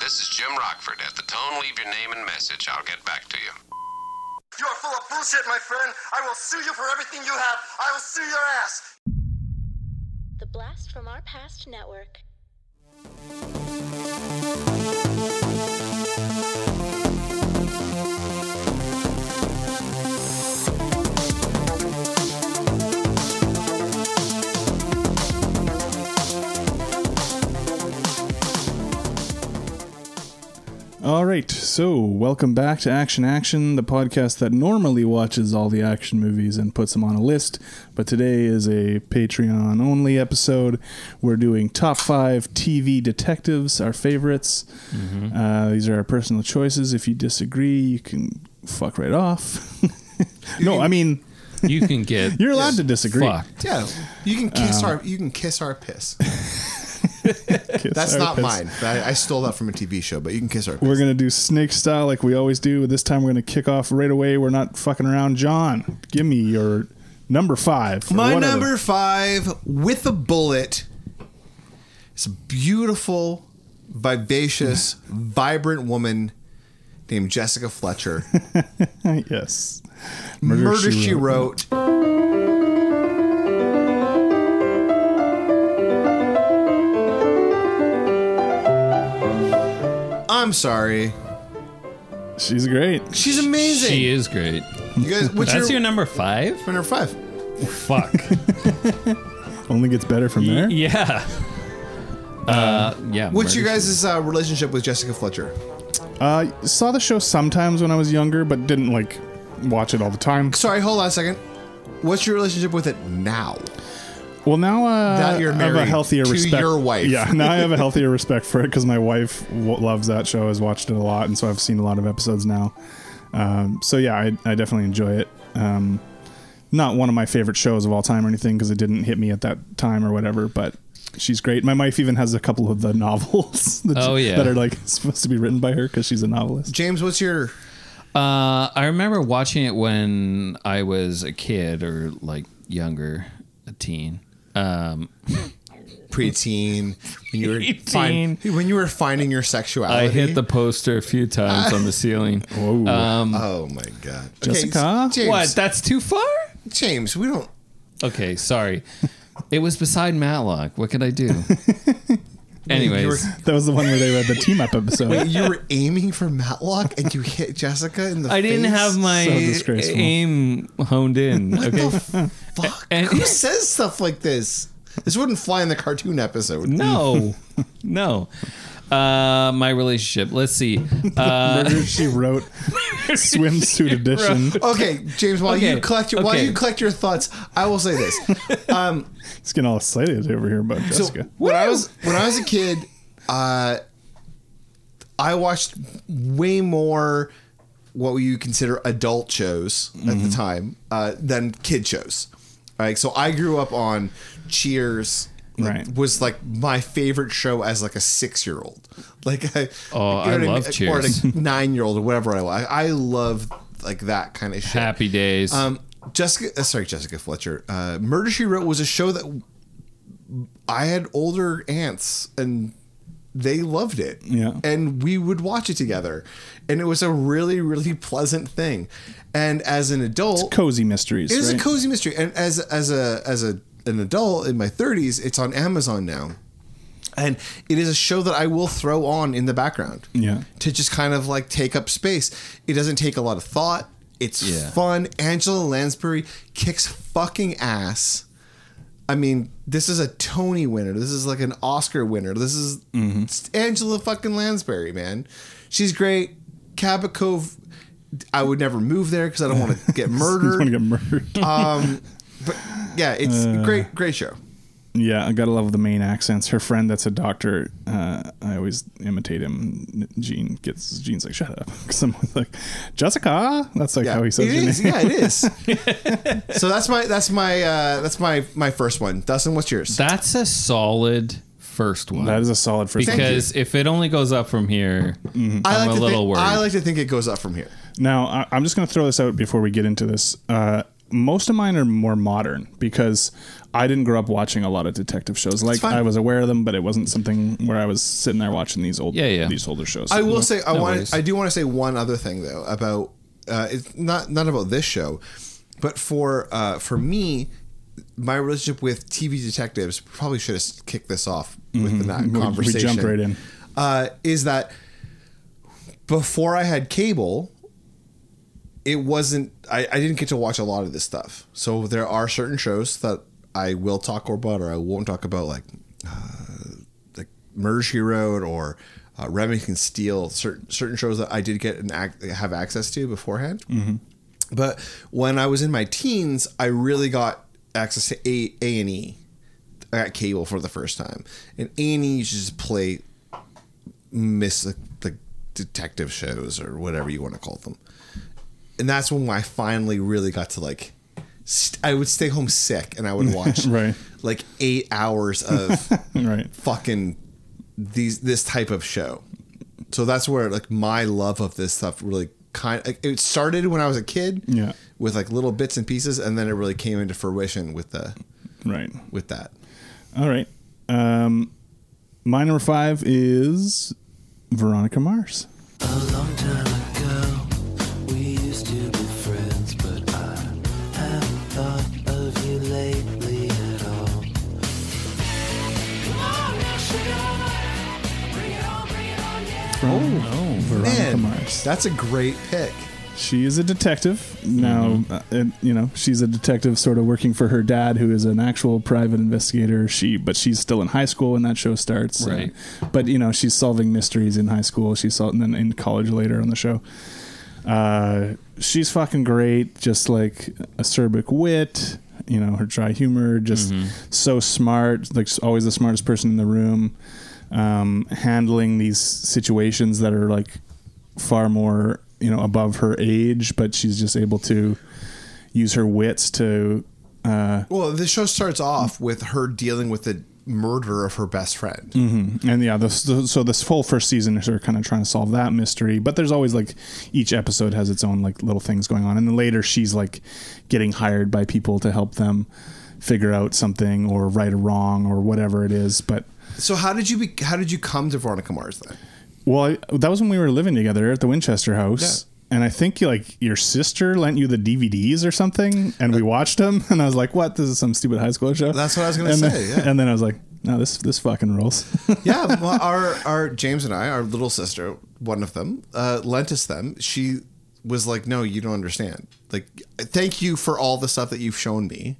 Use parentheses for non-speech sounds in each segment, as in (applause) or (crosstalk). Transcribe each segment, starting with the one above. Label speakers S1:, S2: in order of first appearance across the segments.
S1: This is Jim Rockford. At the tone, leave your name and message. I'll get back to you.
S2: You are full of bullshit, my friend. I will sue you for everything you have. I will sue your ass.
S3: The Blast from Our Past Network.
S4: All right, so welcome back to Action Action, the podcast that normally watches all the action movies and puts them on a list. But today is a Patreon only episode. We're doing top five TV detectives, our favorites. Uh, these are our personal choices. If you disagree, you can fuck right off. (laughs) no, I mean,
S5: You can get Um,
S4: you're allowed to disagree.
S6: (laughs)
S5: fucked.
S6: Yeah, you can kiss our you can kiss our piss.
S4: Kiss
S6: That's
S4: our
S6: not
S4: piss.
S6: mine. I, I stole that from a TV show, but you can kiss our piss.
S4: We're going to do snake style like we always do. This time we're going to kick off right away. We're not fucking around. John, give me your number five. or
S6: My
S4: whatever.
S6: number five with a bullet. It's a beautiful, vivacious, vibrant woman named Jessica
S5: (laughs)
S6: Fletcher.
S4: (laughs) yes.
S6: Murder, she, wrote. I'm sorry.
S4: She's great.
S6: She's amazing.
S5: She is great.
S6: You guys, what's
S5: That's your
S6: your
S5: number five?
S6: number five?
S5: Fuck.
S4: Only gets better from there.
S5: (laughs) yeah. Uh, yeah.
S6: What's your
S5: murder-
S6: guys' uh, relationship with Jessica Fletcher?
S4: Uh, saw the show sometimes when I was younger, but didn't like watch it all the time.
S6: Sorry, hold on a second. What's your relationship with it now?
S4: Well, now uh,
S6: Now you're
S4: I have a
S6: married
S4: healthier
S6: to
S4: respect.
S6: your wife.
S4: Yeah, now I have a
S6: (laughs)
S4: healthier respect for it because my wife w- loves that show. Has watched it a lot, and so I've seen a lot of episodes now. Um, so yeah, I, I definitely enjoy it. Um, not one of my favorite shows of all time or anything because it didn't hit me at that time or whatever, but. She's great. My wife even has a couple of the novels (laughs) that,
S5: Oh, yeah.
S4: that are like supposed to be written by her because she's a novelist.
S6: James, what's your
S5: Uh, I remember watching it when I was a kid or like younger, a teen. Um,
S6: preteen? When you were
S5: Preteen.
S6: fin- when you were finding your sexuality.
S5: I hit the poster a few times on the ceiling.
S6: Oh my god,
S4: Jessica?
S6: Okay, (laughs) James,
S5: What? That's too far?
S6: James, we don't.
S5: Okay, sorry. it was beside Matlock. What could
S6: (laughs)
S5: I do? Anyways,
S4: That was the one where they read the team up episode.
S6: You were aiming for Matlock and you hit Jessica in the.
S5: I didn't
S6: face?
S5: have my
S4: So disgraceful.
S5: aim honed in. Okay. (laughs)
S6: Fuck.
S5: and-
S6: Who says stuff like this? This wouldn't fly in the cartoon episode.
S5: No, (laughs) no. Uh, my relationship. Let's (laughs) see. Uh,
S4: Murder she
S5: (laughs)
S4: wrote swimsuit edition.
S6: Okay, James. While you
S5: Okay,
S6: collect your, while
S5: okay.
S6: you collect your thoughts, I will say this.
S4: It's getting all excited over here about Jessica.
S6: when I was when I was a kid, uh, I watched way more what you consider adult shows at
S5: Mm-hmm.
S6: the time uh, than kid shows. Like so, I grew up on Cheers. like,
S4: Right.
S6: was like my favorite show as like a six year old. Like I,
S5: Oh, I love
S6: or
S5: Cheers.
S6: like nine year old or whatever I was. I love like that kind of shit.
S5: happy days.
S6: Um, Jessica, uh, sorry, Jessica Fletcher. Uh, Murder She Wrote was a show that I had older aunts and they loved it.
S4: Yeah.
S6: And we would watch it together. And it was a really, really pleasant thing. And as an adult,
S4: Cozy mysteries.
S6: it is
S4: right?
S6: a cozy mystery. And as as a as a an adult in my 30s, it's on Amazon now. And it is a show that I will throw on in the background. (laughs)
S4: Yeah.
S6: To just kind of like take up space. It doesn't take a lot of thought. It's
S5: Yeah.
S6: fun. Angela Lansbury kicks fucking ass. I mean, this is a Tony winner. This is like an Oscar winner. This is
S4: Mm-hmm.
S6: it's Angela fucking Lansbury, man. She's great. Cabot Cove, I would never move there because
S4: (laughs)
S6: I don't want to get
S4: Just wanna
S6: murdered. Um,
S4: get murdered. (laughs)
S6: Yeah, it's
S4: Uh,
S6: a great, great show.
S4: yeah, I gotta love the main accents. Her friend, that's a doctor. Uh, I always imitate him. Gene gets Gene's like, "Shut up!" (laughs) Someone's like, "Jessica." That's like
S6: Yeah,
S4: how he says
S6: it
S4: your
S6: is.
S4: name.
S6: Yeah, it is. so that's my that's my uh, that's my my first one. Dustin, what's yours?
S5: That's a solid first one.
S4: (laughs) That is a solid first. one.
S5: because if it only goes up from here,
S6: Mm-hmm. I
S5: I'm
S6: like
S5: a
S6: to
S5: little
S6: think,
S5: worried.
S6: I like to think it goes up from here.
S4: Now, I, I'm just going to throw this out before we get into this. Uh, most of mine are more modern because I didn't grow up watching a lot of detective shows. Like
S6: fine.
S4: I was aware of them, but it wasn't something where I was sitting there watching these old
S5: Yeah, yeah.
S4: these older shows.
S6: I will say I
S5: no
S6: want
S5: worries.
S6: I do want to say one other thing though about uh, it's not not about this show, but for uh, for me, my relationship with TV detectives probably should have kicked this off with that
S4: we
S6: conversation.
S4: jumped right in.
S6: Uh, is that before I had cable, it wasn't I, I didn't get to watch a lot of this stuff so there are certain shows that i will talk about or i won't talk about like uh, like murder she wrote or uh, remington steel certain certain shows that i did get an act have access to beforehand but when i was in my teens i really got access to a a and e I got cable for the first time and a and e used to just play miss like, the detective shows or whatever you want to call them and that's when I finally really got to like. St- I would stay home sick, and I would watch
S4: Right.
S6: like eight hours of
S4: right.
S6: fucking these this type of show. So that's where like my love of this stuff really kind like, it started when I was a kid.
S4: Yeah.
S6: With like little bits and pieces, and then it really came into fruition with the
S4: Right.
S6: with that.
S4: All right. Um, my number five is Veronica Mars.
S7: A long time ago, we used to be friends, but I haven't thought of you lately at all.
S4: Oh, Veronica
S6: Man,
S4: Mars.
S6: that's a great pick.
S4: She is a detective now, uh, and you know she's a detective, sort of working for her dad, who is an actual private investigator. She, but she's still in high school when that show starts. uh,
S5: Right.
S4: but you know she's solving mysteries in high school. She's sol- and then in college later on the show. Uh, she's fucking great. Just like acerbic wit, you know her dry humor, just so smart. Like she's always the smartest person in the room. Um, handling these situations that are like far more you know above her age, but she's just able to use her wits to
S6: Well, the show starts off with her dealing with the murder of her best friend.
S4: Mm. and yeah the, so this whole first season is her kind of trying to solve that mystery but there's always like each episode has its own like little things going on and then later she's like getting hired by people to help them figure out something or right a wrong or whatever it is but
S6: So how did you be, how did you come to Veronica Mars then?
S4: well I, that was when we were living together at the winchester house And I think like your sister lent you the DVDs or something, and we watched them. (laughs) And I was like, "What? This is some stupid high school show."
S6: That's what I was gonna
S4: And
S6: say,
S4: then- (laughs)
S6: yeah.
S4: And then I was like, "No, this this fucking rules." (laughs)
S6: yeah, well, our our James and I, our little sister, one of them, uh, lent us them. She was like, "No, you don't understand. Like, thank you for all the stuff that you've shown me,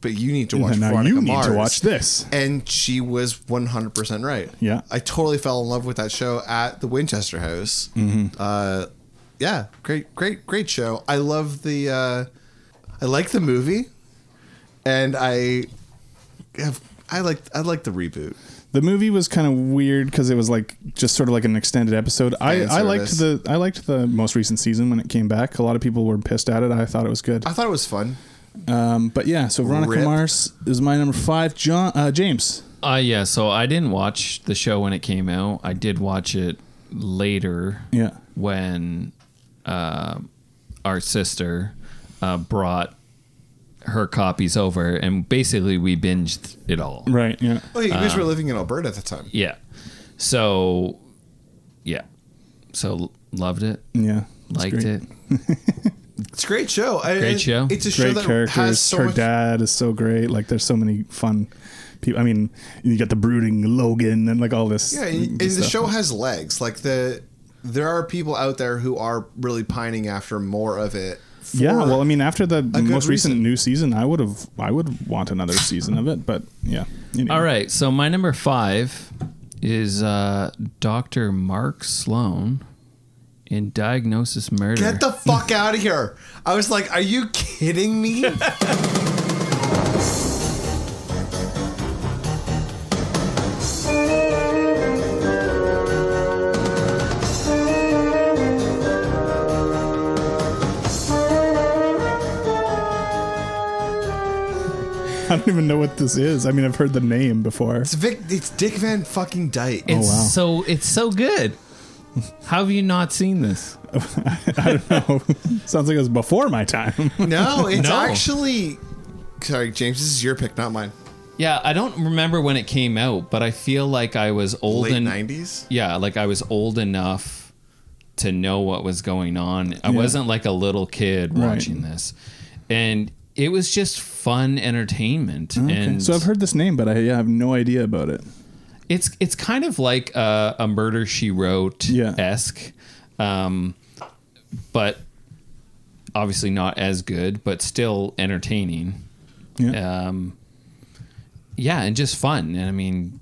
S6: but you need to watch.
S4: now
S6: Veronica
S4: you need
S6: Mars."
S4: to watch this.
S6: And she was one hundred percent right.
S4: Yeah.
S6: I totally fell in love with that show at the Winchester House.
S4: Mm-hmm.
S6: Uh, yeah, great, great, great show. I love the. Uh, I like the movie, and I have. I like I like the reboot.
S4: The movie was kind of weird because it was like just sort of like an extended episode. I,
S6: Fan
S4: I liked the
S6: service.
S4: I liked the most recent season when it came back. A lot of people were pissed at it. I thought it was good.
S6: I thought it was fun.
S4: Um, but yeah, so Veronica
S6: Rip.
S4: Mars is my number five. John uh, James.
S5: Uh, yeah, so I didn't watch the show when it came out. I did watch it later.
S4: Yeah.
S5: When uh, our sister uh, brought her copies over, and basically we binged it all.
S4: Right. Yeah.
S6: Oh, yeah, you guys
S4: Um,
S6: were living in Alberta at the time.
S5: Yeah. So, yeah. So loved it,
S4: Yeah. it's
S5: liked
S4: great.
S5: it.
S6: It's a great show. I-
S5: Great
S6: I-
S5: show.
S6: It's a show
S4: Great
S6: that has
S4: characters.
S6: so
S4: Her
S6: much.
S4: dad is so great. Like, there's so many fun people. I mean, you got the brooding Logan and like all this.
S6: yeah, and, and
S4: this
S6: the
S4: stuff.
S6: show has legs. Like the, there are people out there who are really pining after more of it. for-
S4: Yeah, well, I mean, after the
S6: good
S4: most recent
S6: reason.
S4: new season, I would have, I would want another season of it. But yeah, Anyway.
S5: All right. So my number five is uh, Dr. Mark Sloan in Diagnosis Murder.
S4: (laughs)
S6: get the fuck out of here. I was like, are you kidding me?
S4: (laughs) I don't even know what this is. I mean, I've heard the name before. (laughs)
S6: it's Vic. It's Dick Van fucking Dyke.
S5: It's
S4: wow.
S5: so it's so good. How have you not seen this?
S4: (laughs) Sounds like it was before my time. (laughs)
S6: No, it's
S5: No.
S6: actually. Sorry, James. This is your pick, not mine.
S5: Yeah, I don't remember when it came out, but I feel like I was old
S6: Late
S5: and
S6: nineties.
S5: yeah, like I was old enough to know what was going on. I wasn't like a little kid
S4: Right.
S5: watching this, and it was just fun entertainment. And
S4: so I've heard this name, but I yeah, I have no idea about it.
S5: it's it's kind of like uh, a murder she wrote
S4: Yeah.
S5: esque, um, but obviously not as good, but still entertaining.
S4: Yeah.
S5: Um, yeah, and just fun. And I mean,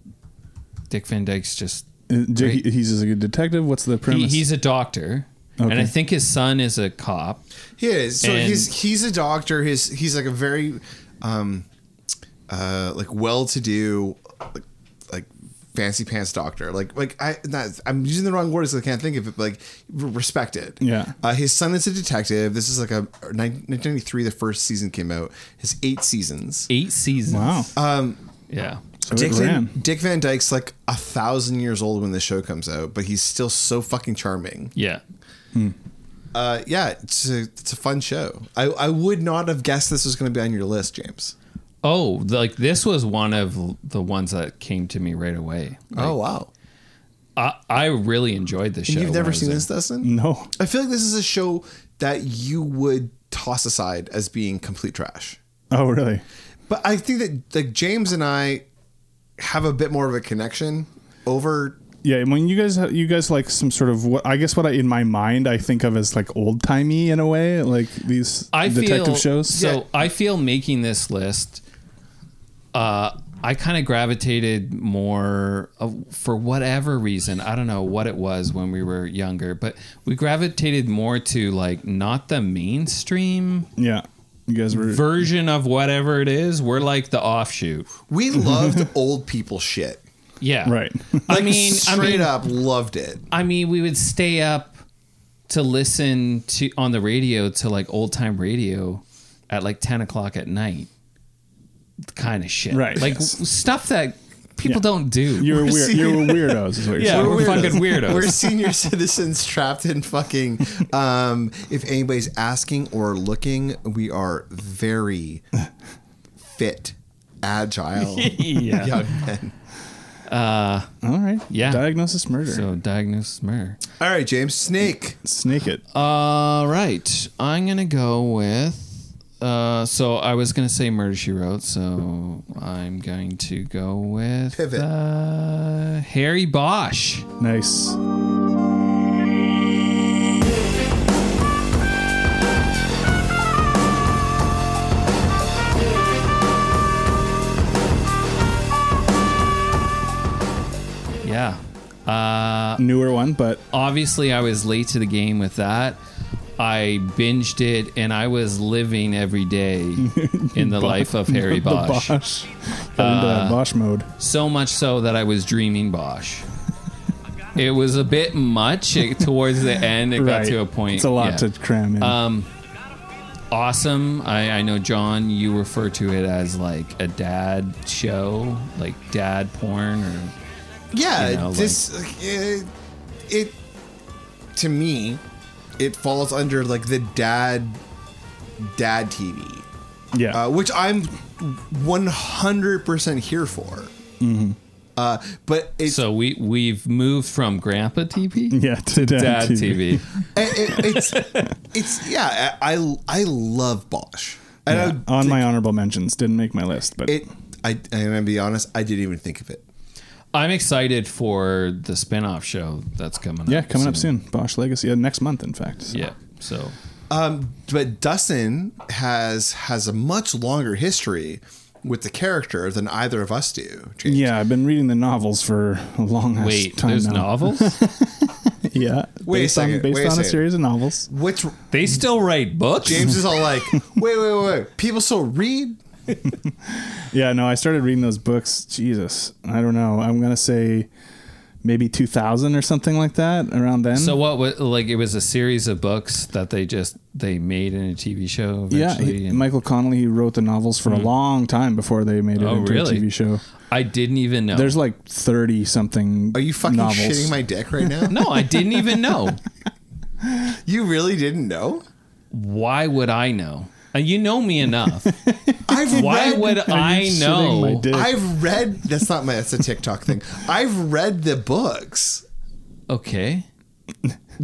S5: Dick Van Dyke's just
S4: Uh, Jake,
S5: great.
S4: he's just a good detective. What's the
S5: he,
S4: premise?
S5: he's a doctor, and
S4: Okay.
S5: I think his son is a cop.
S6: He is. So
S5: And-
S6: he's he's a doctor. His he's like a very, um, uh, like well-to-do, like, like fancy pants doctor. Like like I not, I'm using the wrong words. so I can't think of it. But like respected.
S4: Yeah.
S6: Uh, his son is a detective. This is like a 1993. The first season came out. His eight seasons.
S5: Eight seasons.
S4: wow.
S6: Uh,
S5: Yeah.
S4: so
S6: Dick
S4: it
S6: Van,
S4: ran.
S6: Dick Van Dyke's like a thousand years old when the show comes out, but he's still so fucking charming.
S5: Yeah.
S6: Uh, yeah, it's a, it's a fun show. I, I would not have guessed this was going to be on your list, James.
S5: Oh, like this was one of l- the ones that came to me right away.
S6: oh wow!
S5: I, I really enjoyed the show.
S6: And Mm. you've
S5: when I
S6: never
S5: was
S6: seen
S5: in-
S6: this, Dustin?
S4: No.
S6: I feel like this is a show that you would toss aside as being complete trash.
S4: Oh, really?
S6: But I think that like James and I have a bit more of a connection over.
S4: Yeah, I mean, you guys, you guys like some sort of what? I guess what I in my mind I think of as like old timey in a way, like these
S5: I
S4: detective
S5: feel,
S4: shows.
S5: So I feel making this list, uh, I kind of gravitated more of, for whatever reason. I don't know what it was when we were younger, but we gravitated more to like not the mainstream
S4: yeah, you guys were
S5: version of whatever it is. We're like the offshoot.
S6: We (laughs) loved old people shit.
S5: Yeah.
S4: right.
S5: (laughs) I
S6: Like,
S5: mean, I
S6: straight
S5: mean,
S6: up loved it.
S5: I mean, we would stay up to listen to on the radio to like old time radio at like ten o'clock at night, kind of shit.
S4: Right,
S5: Like
S4: yes.
S5: w- stuff that people
S4: Yeah.
S5: don't
S4: (laughs)
S5: do.
S4: You were weird.
S6: seeing-
S4: You were weirdos. Is what you're
S5: (laughs) yeah,
S4: saying. (laughs)
S5: we're, fucking weirdos.
S6: We're senior (laughs) citizens trapped in fucking. Um, if anybody's asking or looking, we are (laughs) very fit, (laughs) agile
S5: yeah.
S6: young men.
S4: All right.
S5: Yeah.
S4: Diagnosis murder.
S5: So diagnose murder.
S6: All right, James Snake.
S4: Snake it.
S5: uh, All right, I'm gonna go with. Uh, so I was gonna say Murder She Wrote, so I'm going to go with
S6: Pivot.
S5: Uh, Harry Bosch.
S4: nice.
S5: Yeah. Uh,
S4: Newer one, but
S5: obviously I was late to the game with that. I binged it and I was living every day
S4: (laughs)
S5: in the life of Harry
S4: the
S5: Bosch. Uh,
S4: Bosch. Got into that Bosch mode.
S5: So much so that I was dreaming Bosch. It was a bit much it, towards the end. It got to a point.
S4: It's a lot
S5: yeah. Um,
S4: to cram in.
S5: awesome. I, I know John, you refer to it as like a dad show, like dad porn or
S6: Yeah,
S5: You know, like-
S6: this it, it to me, it falls under like the dad, dad TV.
S4: yeah.
S6: uh, which I'm 100% here for. Uh, but it's,
S5: Mm-hmm. so we we've moved from grandpa
S4: (laughs)
S5: TV
S4: yeah. To (laughs) dad,
S5: dad TV.
S6: it- it- it's, (laughs) it's, yeah, I, I I love Bosch. And
S4: Yeah.
S6: I,
S4: On my honorable mentions, didn't make my list, but
S6: it, I, I'm going to be honest, I didn't even think of it.
S5: I'm excited for the spin-off show that's coming
S4: yeah,
S5: up.
S4: coming up soon. Bosch Legacy. Yeah, next month, in fact. So.
S5: Yeah. So
S6: But Dustin has has a much longer history with the character than either of us do. James.
S4: Yeah, I've been reading the novels for a long ass
S5: wait,
S4: time
S5: there's
S4: now.
S5: novels?
S4: (laughs) Yeah,
S6: Wait a
S4: based on
S6: second,
S4: based
S6: wait a
S4: on a
S6: second.
S4: series of novels.
S6: Which
S5: they still write books?
S6: James is all
S5: (laughs)
S6: like, wait, wait, wait, wait. People still read?
S4: Yeah, no, I started reading those books. Jesus, I don't know. I'm gonna say maybe 2000 or something like that around then.
S5: So what was like? It was a series of books that they just they made in a TV show.
S4: yeah,
S5: Eventually
S4: he,
S5: and-
S4: Michael Connolly he wrote the novels for a long time before they made it
S5: Mm-hmm. Oh,
S4: into
S5: really?
S4: a TV show.
S5: I didn't even know.
S4: There's like 30 something
S6: Are you fucking
S4: novels.
S6: shitting my dick right now?
S5: (laughs) no, I didn't even know.
S6: You really didn't know?
S5: Why would I know? Uh, You know
S4: (laughs)
S5: me enough.
S6: I've
S5: Why
S6: read,
S5: would I
S4: shitting my
S5: know?
S4: dick?
S6: I've read that's not my that's a TikTok thing. I've read the books.
S5: Okay.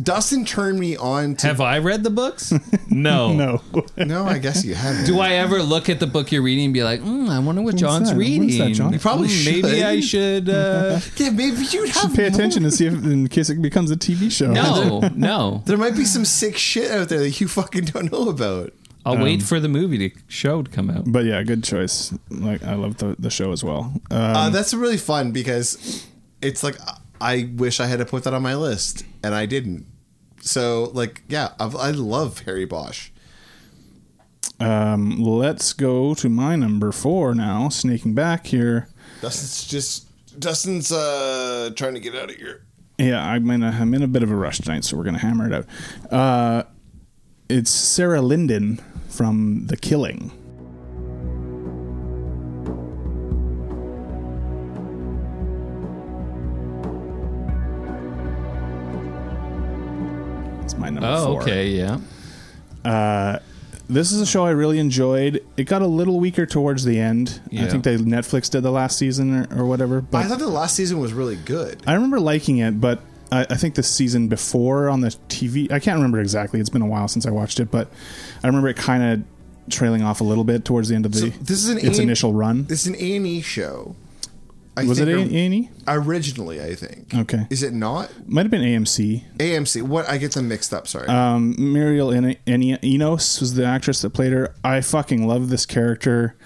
S6: Dustin turned me on to
S5: Have I read
S4: (laughs)
S5: the books? No.
S4: No. (laughs)
S6: No, I guess you haven't.
S5: Do I ever look at the book you're reading and be like, mm, I wonder what John's
S4: that?
S5: reading?
S4: When's that, John?
S6: You probably
S5: Mm, Maybe
S6: should.
S5: I
S4: (laughs)
S5: should. Uh...
S6: Yeah, maybe you'd have
S4: Pay attention
S6: more.
S4: to see if in case it becomes a TV show.
S5: no, no.
S6: There might be some sick shit out there that you fucking don't know about.
S5: I'll wait
S4: Um,
S5: for the movie to show to come out.
S4: (laughs) But yeah, good choice. Like I love the, the show as well.
S5: Um,
S6: Uh, that's really fun because it's like I wish I had to put that on my list and I didn't. So like yeah, I've, I love Harry Bosch.
S4: Um, let's go to my number four now. Sneaking back here.
S6: Dustin's just Dustin's uh trying to get out of here.
S4: Yeah, I'm in a I'm in a bit of a rush tonight, so we're gonna hammer it out. Uh, it's Sarah Linden from The Killing. It's my number
S5: Oh,
S4: four.
S5: okay, yeah.
S4: This is a show I really enjoyed. It got a little weaker towards the end. I
S5: Yeah.
S4: think they Netflix did the last season or, or whatever. But
S6: I thought the last season was really good.
S4: I remember liking it, but I, I think the season before on the TV, I can't remember exactly. It's been a while since I watched it, but I remember it kind of trailing off a little bit towards the end of the
S6: this is an
S4: its
S6: A-
S4: initial run.
S6: It's an A and E show. I
S4: was it
S6: think
S4: A-
S6: or-
S4: A&E?
S6: originally? I think.
S4: Okay.
S6: Is it not
S4: Might have been AMC.
S6: AMC? What I get them mixed up. Sorry.
S4: Um, Muriel en- en- Enos was the actress that played her. I fucking love this character.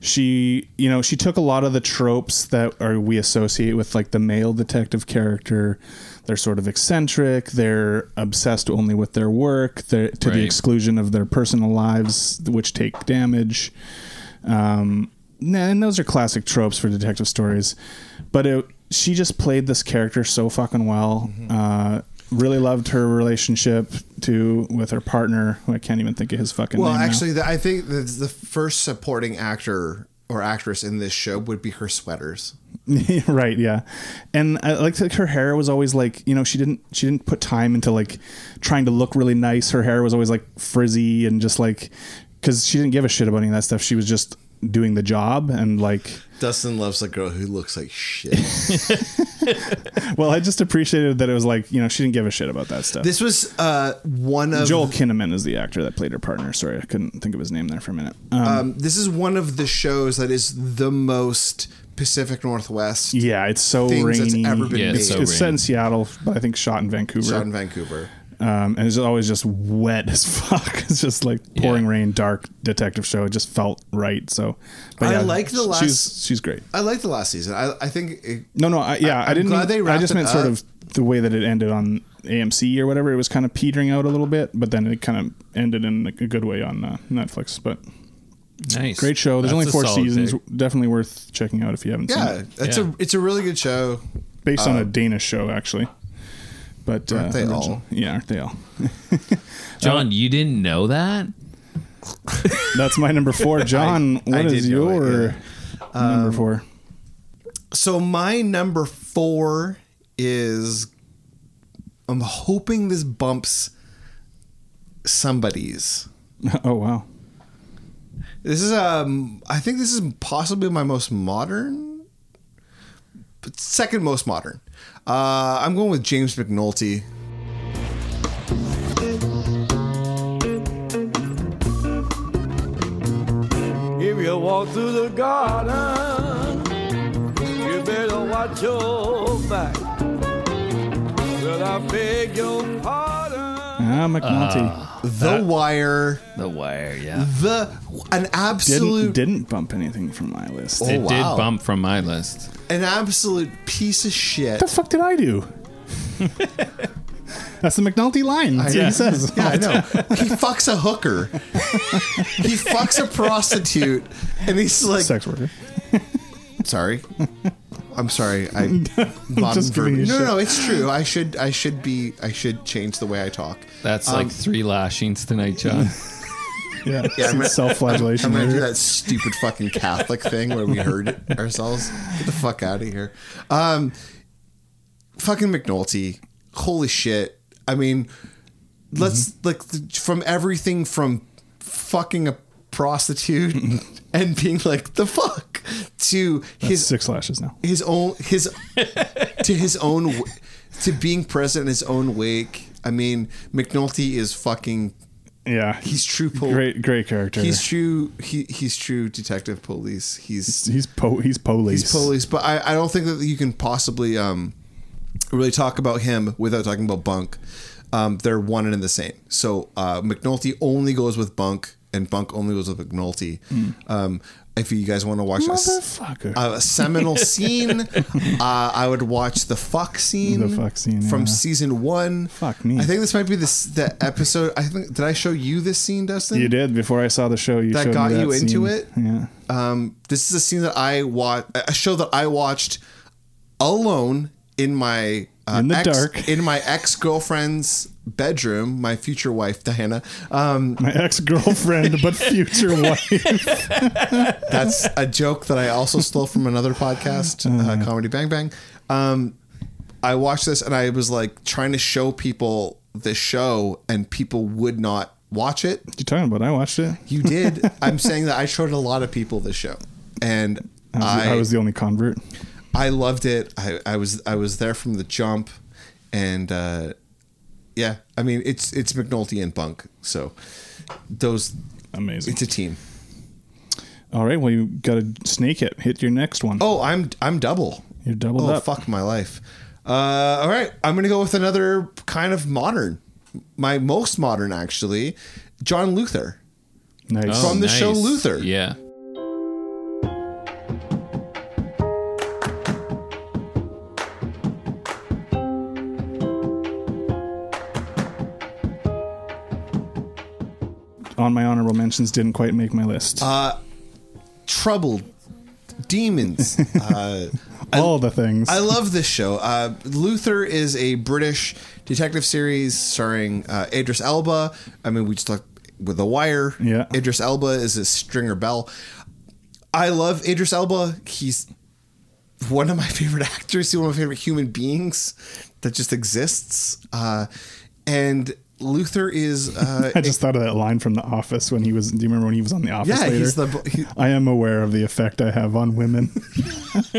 S4: She, you know, she took a lot of the tropes that are we associate with like the male detective character. They're sort of eccentric. They're obsessed only with their work, they're, to the
S5: Right.
S4: exclusion of their personal lives, which take damage. Um, nah, and those are classic tropes for detective stories. But it, she just played this character so fucking well.
S6: Mm-hmm.
S4: Uh, really loved her relationship to with her partner. who I can't even think of his fucking
S6: well,
S4: name. now.
S6: actually, the, I think the, the first supporting actor or actress in this show would be her sweaters.
S4: (laughs) right, yeah. And I like that her hair was always like you know she didn't she didn't put time into like trying to look really nice. Her hair was always like frizzy and just like because she didn't give a shit about any of that stuff. She was just doing the job and like
S6: Dustin loves a girl who looks like shit.
S4: well i just appreciated that it was like you know she didn't give a shit about that stuff
S6: (laughs) this was uh, one of
S4: Joel Kinnaman is the actor that played her partner. Sorry, I couldn't think of his name there for a minute. Um,
S6: um, this is one of the shows that is the most Pacific Northwest
S4: yeah, it's so
S6: things that's
S4: rainy.
S6: ever been
S5: Yeah,
S6: made.
S5: it's so
S4: it's set
S5: rainy.
S4: in Seattle, but I think shot in Vancouver.
S6: shot in Vancouver.
S4: Um, and it's always just wet as (laughs) fuck. It's just like pouring
S5: Yeah.
S4: rain, dark detective show. It just felt right. So, but
S6: I
S4: yeah,
S6: like the last-
S4: She's, she's great.
S6: I liked the last season. I, I think it,
S4: No, no, I, yeah, I,
S6: I'm
S4: didn't.
S6: glad
S4: mean-
S6: they
S4: I
S6: wrapped
S4: just
S6: it
S4: meant sort
S6: up.
S4: of the way that it ended on AMC or whatever. It was kind of petering out a little bit, but then it kind of ended in a good way on uh, Netflix. But
S5: Nice.
S4: Great show. There's
S5: That's
S4: only
S5: a
S4: four
S5: solid
S4: seasons.
S5: pick.
S4: Definitely worth checking out if you haven't
S6: yeah,
S4: seen it.
S6: it's
S5: Yeah.
S6: a it's a really good show.
S4: Based on a Danish show, actually. But
S6: Aren't
S4: uh,
S6: they
S4: original-
S6: all?
S4: Yeah, aren't they all? Uh,
S5: John, you didn't know that?
S4: That's my number
S6: (laughs)
S4: four. John,
S6: I
S4: What is
S6: did know it, Um,
S4: your number four? (laughs)
S6: So my number four is I'm hoping this bumps somebody's.
S4: oh wow,
S6: This is um I think this is possibly my most modern but second most modern. Uh, I'm going with James McNulty.
S8: If you walk through the garden, you better watch your back. Well, I beg your pardon.
S4: ah, McNulty
S6: The Wire.
S5: The Wire, yeah.
S6: The an
S4: didn't
S6: absolute
S4: didn't bump anything from my list.
S6: Oh,
S5: It did
S6: wow.
S5: bump from my list.
S6: an absolute piece of shit.
S4: What the fuck did I
S6: (laughs)
S4: do? That's the McNulty line. That's what
S6: Yeah.
S4: he says.
S6: (laughs) Yeah,
S4: (laughs)
S6: I know. He fucks a hooker. he fucks a prostitute, and he's like,
S4: Sex worker.
S6: "Sorry, I'm sorry. I bottom
S4: Just giving you
S6: verbiage. No, no,
S4: shit.
S6: no, it's true. I should, I should be, I should change the way I talk.
S5: That's
S6: Um,
S5: like three lashings
S6: (laughs)
S5: tonight, John.
S4: Yeah,
S6: I'm gonna-
S4: self-flagellation.
S6: I'm gonna do
S4: later.
S6: that stupid fucking Catholic thing where we heard it ourselves. Get the fuck out of here. Um, fucking McNulty. Holy shit. I mean, let's like th- from everything from fucking a prostitute and being like the fuck to his
S4: Six lashes now.
S6: his own his to his own w- to being present in his own wake. I mean, McNulty is fucking.
S4: Yeah,
S6: He's true. Pol-
S4: great, great character.
S6: He's
S4: He's
S6: true. He he's true. Detective police. He's
S4: he's po- he's police.
S6: he's police. But I I don't think that you can possibly um really talk about him without talking about Bunk. Um, they're one and the same. So uh, McNulty only goes with Bunk, and Bunk only goes with McNulty. Um, if you guys want to watch this
S4: Hmm. Motherfucker.
S6: a
S4: (laughs)
S6: seminal scene. Uh, I would watch the fuck scene.
S4: The fuck scene,
S6: from
S4: yeah.
S6: season one.
S4: Fuck me.
S6: I think this might be this the episode. I think did I show you this scene, Dustin?
S4: you did before I saw the show. You
S6: That
S4: showed me
S6: got you
S4: scene.
S6: into it?
S4: Yeah,
S6: Um, this is a scene that I watched. A show that I watched alone in my uh,
S4: In the
S6: ex,
S4: dark.
S6: (laughs) in my ex girlfriend's bedroom. My future wife Diana. Um,
S4: my ex girlfriend,
S6: (laughs)
S4: but future wife.
S6: That's a joke that I also stole from another podcast,
S4: Uh-huh.
S6: uh, Comedy Bang Bang. Um, I watched this and I was like trying to show people this show, and people would not watch it.
S4: you talking about? I watched it. (laughs)
S6: You did. I'm saying that I showed a lot of people this show, and
S4: I was,
S6: I
S4: I was the only convert.
S6: I loved it. I, I was I was there from the jump, and uh, yeah, I mean it's it's McNulty and Bunk, so those
S4: Amazing.
S6: it's a team.
S4: All right, well you got to snake it. Hit your next one.
S6: Oh, I'm I'm double.
S4: You're doubled
S6: oh,
S4: up.
S6: fuck my life. Uh, all right, I'm gonna go with another kind of modern, my most modern actually, John Luther.
S4: nice.
S5: Oh,
S6: From the show Luther.
S5: Yeah.
S4: On my honorable mentions, didn't quite make my list.
S6: Uh, Troubled
S4: (laughs)
S6: demons. uh,
S4: All the things.
S6: I love this show. Uh, Luther is a British detective series starring uh, Idris Elba. I mean, we just talked with The Wire.
S4: Yeah.
S6: Idris Elba is a stringer bell. I love Idris Elba. He's one of my (laughs) favorite actors. He's one of my favorite human beings that just exists. Uh, and Luther is.
S4: (laughs)
S6: Uh,
S4: I just thought of that line from The Office when he was. Do you remember when he was on The Office?
S6: yeah,
S4: later?
S6: he's the. He,
S4: I am aware of the effect I have on women.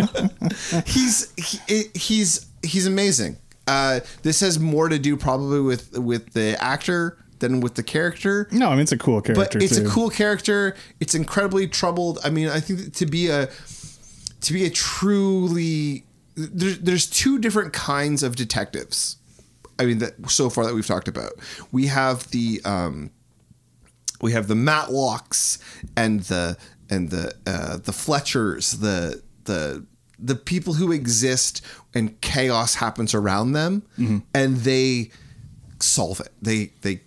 S4: (laughs)
S6: he's he, he's he's amazing. Uh, this has more to do probably with with the actor than with the character.
S4: no, I mean it's a cool
S6: but
S4: character.
S6: it's
S4: too.
S6: a cool character. It's incredibly troubled. I mean, I think that to be a to be a truly there's there's two different kinds of detectives. I mean, that so far that we've talked about, we have the um, we have the Matlocks and the and the uh, the Fletchers, the the the people who exist and chaos happens around them,
S4: Mm-hmm.
S6: and they solve it. They they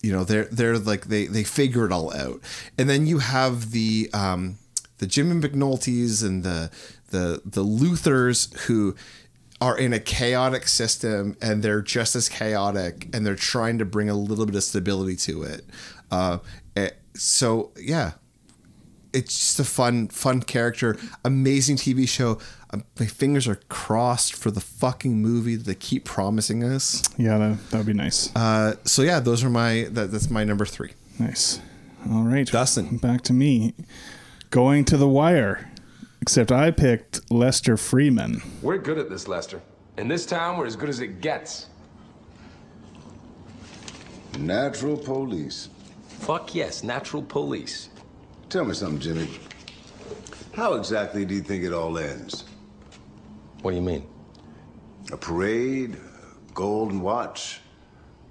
S6: you know they're they're like they they figure it all out, and then you have the um, the Jim and McNulty's and the the the Luthers who are in a chaotic system and they're just as chaotic and they're trying to bring a little bit of stability to it. Uh, eh, so yeah, it's just a fun fun character, amazing TV show. Um, my fingers are crossed for the fucking movie that they keep promising us.
S4: Yeah, that, that would be nice.
S6: Uh, so yeah, those are my that, that's my number three.
S4: nice. All right,
S6: Dustin.
S4: Back to me. Going to the wire. Except I picked Lester Freeman.
S9: We're good at this, Lester. In this town, we're as good as it gets.
S10: Natural police.
S9: Fuck yes, natural police.
S10: Tell me something, Jimmy. How exactly do you think it all ends?
S9: What do you mean?
S10: A parade, a golden watch,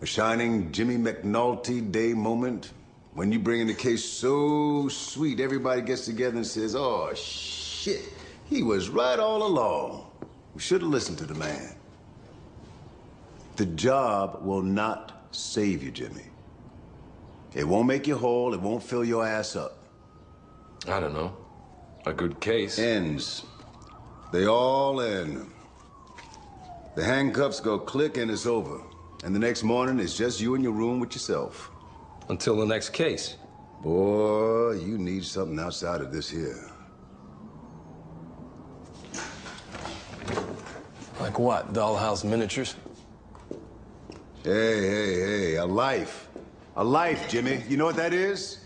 S10: a shining Jimmy McNulty Day moment? When you bring in a case so sweet, everybody gets together and says, oh, shit, he was right all along. We should have listened to the man. The job will not save you, Jimmy. It won't make you whole, it won't fill your ass up.
S9: I don't know. A good case.
S10: Ends They all end. The handcuffs go click and it's over. And the next morning, it's just you in your room with yourself.
S9: Until the next case.
S10: Boy, you need something outside of this here.
S7: Like what? Dollhouse miniatures?
S10: Hey, hey, hey, a life. A life, Jimmy. You know what that is?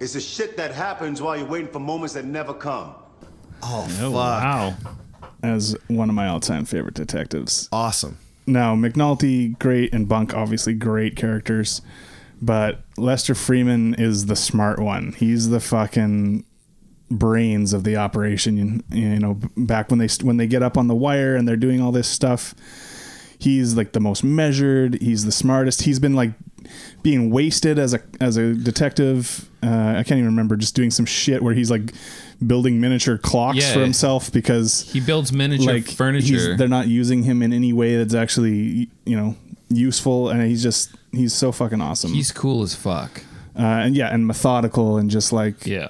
S10: It's the shit that happens while you're waiting for moments that never come.
S5: Oh, wow.
S4: as one of my all-time favorite detectives.
S6: Awesome.
S4: Now, McNulty, great, and Bunk, obviously great characters, but Lester Freeman is the smart one. He's the fucking brains of the operation. You, you know, back when they when they get up on the wire and they're doing all this stuff, he's like the most measured. He's the smartest. He's been like being wasted as a as a detective. Uh, I can't even remember just doing some shit where he's like building miniature clocks
S5: Yeah.
S4: for himself because
S5: He builds miniature
S4: like
S5: furniture.
S4: he's- they're not using him in any way that's actually you know useful, and he's just he's so fucking awesome.
S5: He's cool as fuck.
S4: uh, and yeah, and methodical, and just like
S5: Yeah.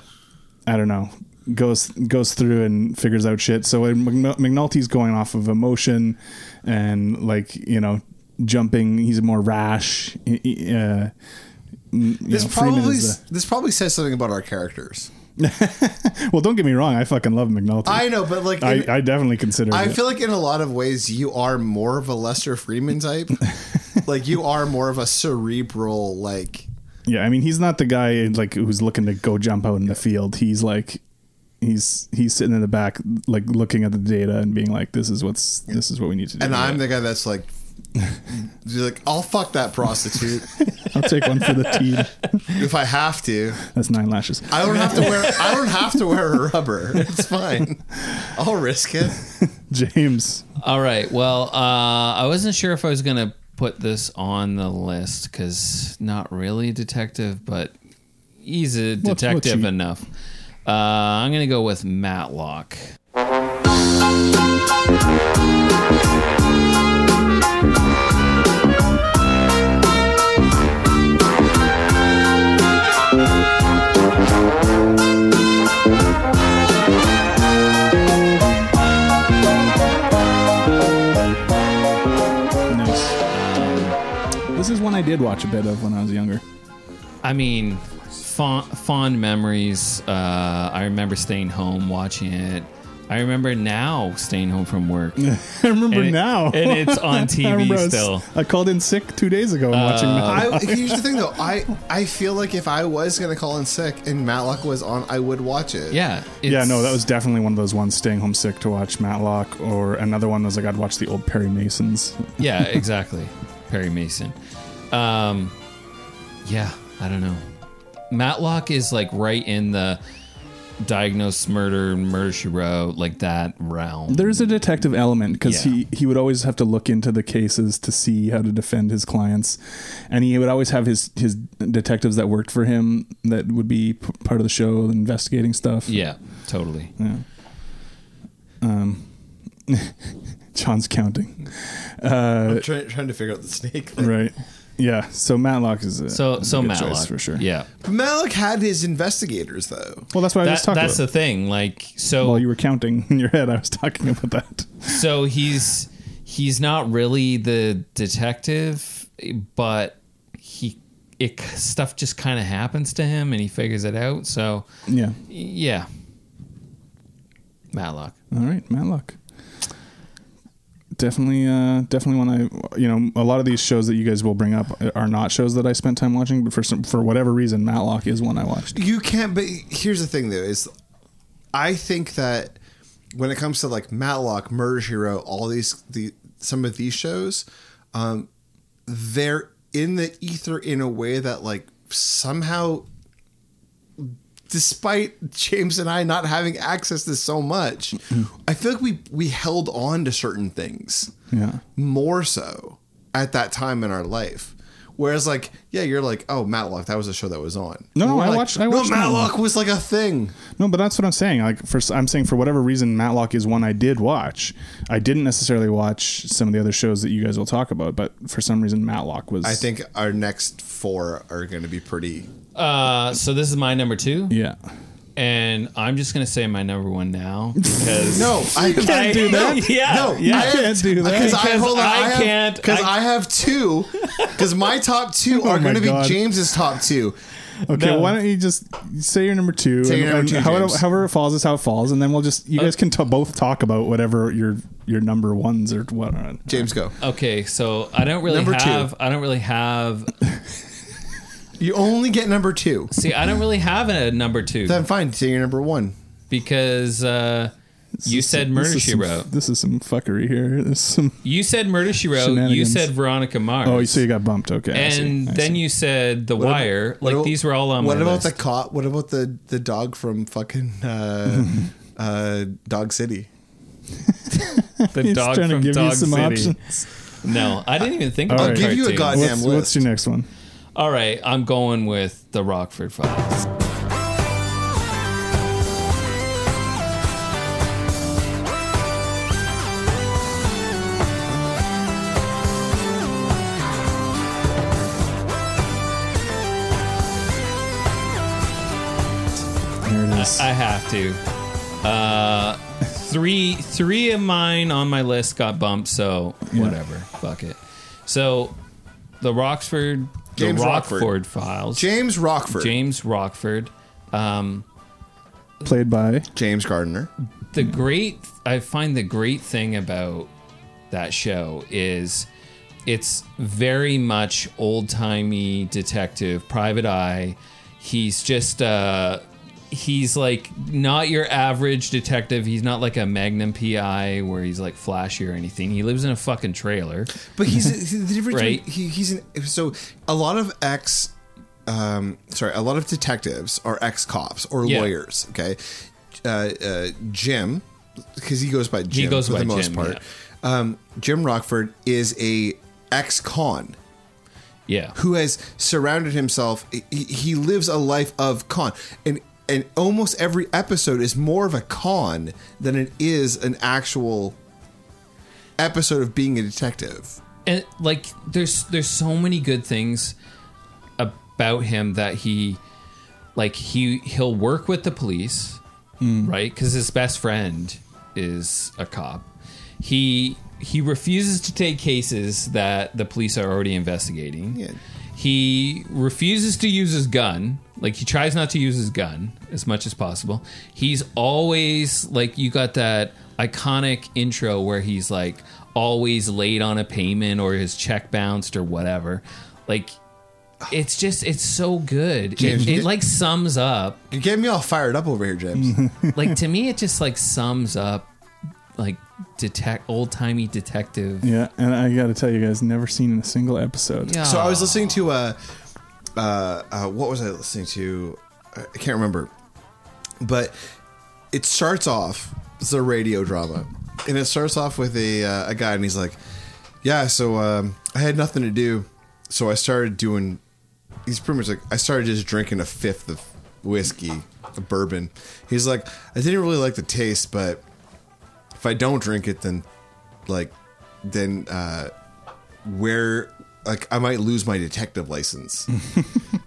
S4: I don't know, goes goes through and figures out shit. So when McNul- McNulty's going off of emotion, and like you know jumping. He's more rash. y- y- Uh,
S6: This
S4: know, Freeman
S6: probably
S4: is
S6: this probably says something about our characters.
S4: well, don't get me wrong. I fucking love McNulty.
S6: I know, but like
S4: I,
S6: in-
S4: I definitely consider.
S6: I
S4: it.
S6: feel like in a lot of ways you are more of a Lester
S4: (laughs)
S6: Freeman type. like you are more of a cerebral like
S4: Yeah, I mean, he's not the guy like who's looking to go jump out in the field. He's like, he's he's sitting in the back, like looking at the data and being like, "This is what's this is what we need to do."
S6: and I'm the guy that's like you're like I'll fuck that prostitute
S4: I'll take one for the team.
S6: if I have to.
S4: That's nine lashes.
S6: I don't have to wear I don't have to wear a rubber. It's fine. I'll risk it.
S4: James,
S5: All right. Well, uh, I wasn't sure if I was going to put this on the list because not really a detective, but he's a
S4: what's
S5: detective
S4: he-
S5: enough. Uh, I'm going to go with Matlock.
S4: nice. This is one I did watch a bit of when I was younger. (laughs)
S5: I mean, fond, fond memories. Uh, I remember staying home watching it. I remember now staying home from work.
S4: I (laughs) remember
S5: And it-
S4: now, (laughs)
S5: and it's on
S4: I
S5: TV
S4: remember I was-
S5: still. Uh,
S4: I called in sick two days ago and watching. that.
S6: I, here's the thing though. I I feel like if I was gonna call in sick and Matlock was on, I would watch it.
S5: Yeah.
S4: yeah,
S5: it's-
S4: no, that was definitely one of those ones. Staying home sick to watch Matlock, or another one was like I'd watch the old Perry Masons.
S5: yeah, exactly. Perry Mason. Um, yeah, I don't know. Matlock is like right in the diagnosed murder, murder she wrote, like that realm.
S4: There's a detective element because
S5: Yeah.
S4: he, he would always have to look into the cases to see how to defend his clients, and he would always have his his detectives that worked for him that would be p- part of the show investigating stuff.
S5: yeah, totally.
S4: John's counting,
S6: I'm try, trying to figure out the snake. Thing.
S4: right? Yeah, so Matlock is a,
S5: So,
S4: is a
S5: so
S4: good
S5: Matlock
S4: choice for sure.
S5: Yeah,
S6: Matlock had his investigators though.
S4: Well, that's what I was
S5: that,
S4: talking
S5: that's the
S4: about.
S5: thing. Like, so
S4: While you were counting in your head, I was talking about that.
S5: so he's he's not really the detective, but he it stuff just kind of happens to him, and he figures it out. So
S4: Yeah.
S5: yeah, Matlock.
S4: All right, Matlock. Definitely, uh, definitely one I, you know, a lot of these shows that you guys will bring up are not shows that I spent time watching, but for some, for whatever reason, Matlock is one I watched.
S6: You can't. But here's the thing though: is I think that when it comes to like Matlock, Murder She Wrote, all these the some of these shows, um, they're in the ether in a way that like somehow. Despite James and I not having access to so much, I feel like we we held on to certain things.
S4: Yeah,
S6: more so at that time in our life. Whereas, like, yeah, you're like, oh, Matlock, that was a show that was on.
S4: No,
S6: And we're
S4: I
S6: like,
S4: watched- I watched
S6: no, Matlock
S4: Matlock.
S6: was like a thing.
S4: no, but that's what I'm saying. Like, for I'm saying for whatever reason, Matlock is one I did watch. I didn't necessarily watch some of the other shows that you guys will talk about, but for some reason, Matlock was.
S6: I think our next four are going to be pretty.
S5: Uh, so this is my number two,
S4: Yeah.
S5: And I'm just gonna say my number
S4: (laughs)
S5: one now
S6: (laughs)
S5: because
S6: No, I
S4: can't do that.
S5: (laughs)
S4: (laughs)
S5: yeah,
S6: No,
S5: yeah.
S6: I have-
S4: can't do that.
S6: Because I,
S5: Because
S6: hold on,
S5: I
S6: I
S5: can't-
S6: Because
S5: I-
S6: I,
S4: (laughs)
S6: have two. Because my top two
S4: Oh
S6: are
S4: my
S6: going to be
S4: God.
S6: James's top two.
S4: Okay,
S5: No.
S4: why don't you just say your number two,
S6: Say your number two,
S4: however,
S6: James.
S4: however it falls is how it falls, and then we'll just
S5: Uh,
S4: you guys can t- both talk about whatever your your number ones or what. uh,
S6: James, go.
S5: Okay, so I don't really
S6: Number two.
S5: have. I don't really have.
S6: You only get number two.
S5: See, I don't really have a number two
S6: Then fine, say your number one.
S5: because uh, you
S4: is
S5: said
S4: some-
S5: Murder
S4: this is
S5: She
S4: some-
S5: Wrote.
S4: This is some fuckery here. (laughs) This is some.
S5: You said Murder She Wrote. You
S4: Shenanigans.
S5: said Veronica Mars.
S4: Oh, so you got bumped. Okay, I see,
S5: and
S4: I
S5: then
S4: see.
S5: you said The
S6: about-
S5: Wire.
S6: what
S5: like
S6: about-
S5: these were all on
S6: What
S5: my
S6: about
S5: list.
S6: the cop? What about the the dog from fucking
S5: (laughs)
S6: uh, uh, Dog City?
S5: the
S4: (laughs) He's
S5: dog
S4: trying to
S5: from
S4: give you
S5: Dog
S4: some
S5: City.
S4: options.
S5: No, I didn't even think
S4: All
S5: about
S4: right. I'll
S6: give you a
S5: cartoons.
S6: goddamn-
S4: What's,
S6: list.
S4: what's your next one?
S5: All right, I'm going with the Rockford Files.
S4: There it is.
S5: I have to. Uh, three three of mine on my list got bumped, so whatever. Fuck it. So the Rockford
S6: James
S5: the
S6: Rockford.
S5: Rockford, files.
S6: James Rockford.
S5: James Rockford. Um,
S4: (laughs) Played by
S6: James Gardner.
S5: the great I find the great thing about that show is it's very much old timey detective, private eye. He's just uh he's like not your average detective. He's not like a Magnum PI where he's like flashy or anything. He lives in a fucking trailer.
S6: But he's the difference.
S5: Right.
S6: He, he's an so a lot of ex, um, sorry, a lot of detectives are ex cops or
S5: Yeah.
S6: lawyers. Okay, uh, uh, Jim, because he goes by Jim
S5: goes
S6: for
S5: by
S6: the most
S5: Jim,
S6: part. Um, Jim Rockford is a ex con
S5: Yeah.
S6: who has surrounded himself. He, he lives a life of con, and and almost every episode is more of a con than it is an actual episode of being a detective.
S5: and like there's there's so many good things about him that he like he he'll work with the police right because his best friend is a cop he he refuses to take cases that the police are already investigating
S6: Yeah.
S5: he refuses to use his gun like he tries not to use his gun as much as possible he's always like you got that iconic intro where he's like always late on a payment or his check bounced or whatever like it's just it's so good
S6: James,
S5: it, it
S6: get-
S5: like sums up
S6: You're getting me all fired up over here, James.
S5: like to me it just like sums up like detect old-timey detective
S4: yeah, and I got to tell you guys, never seen a single episode.
S5: Yeah.
S6: So I was listening to uh, uh, uh, what was I listening to? I I can't remember, but it starts off it's a radio drama, and it starts off with a uh, a guy, and he's like, "Yeah, so um, I had nothing to do, so I started doing." He's pretty much like, "I started just drinking a fifth of whiskey, a bourbon." He's like, "I didn't really like the taste, but if I don't drink it, then like, then." Uh, where like I might lose my detective license.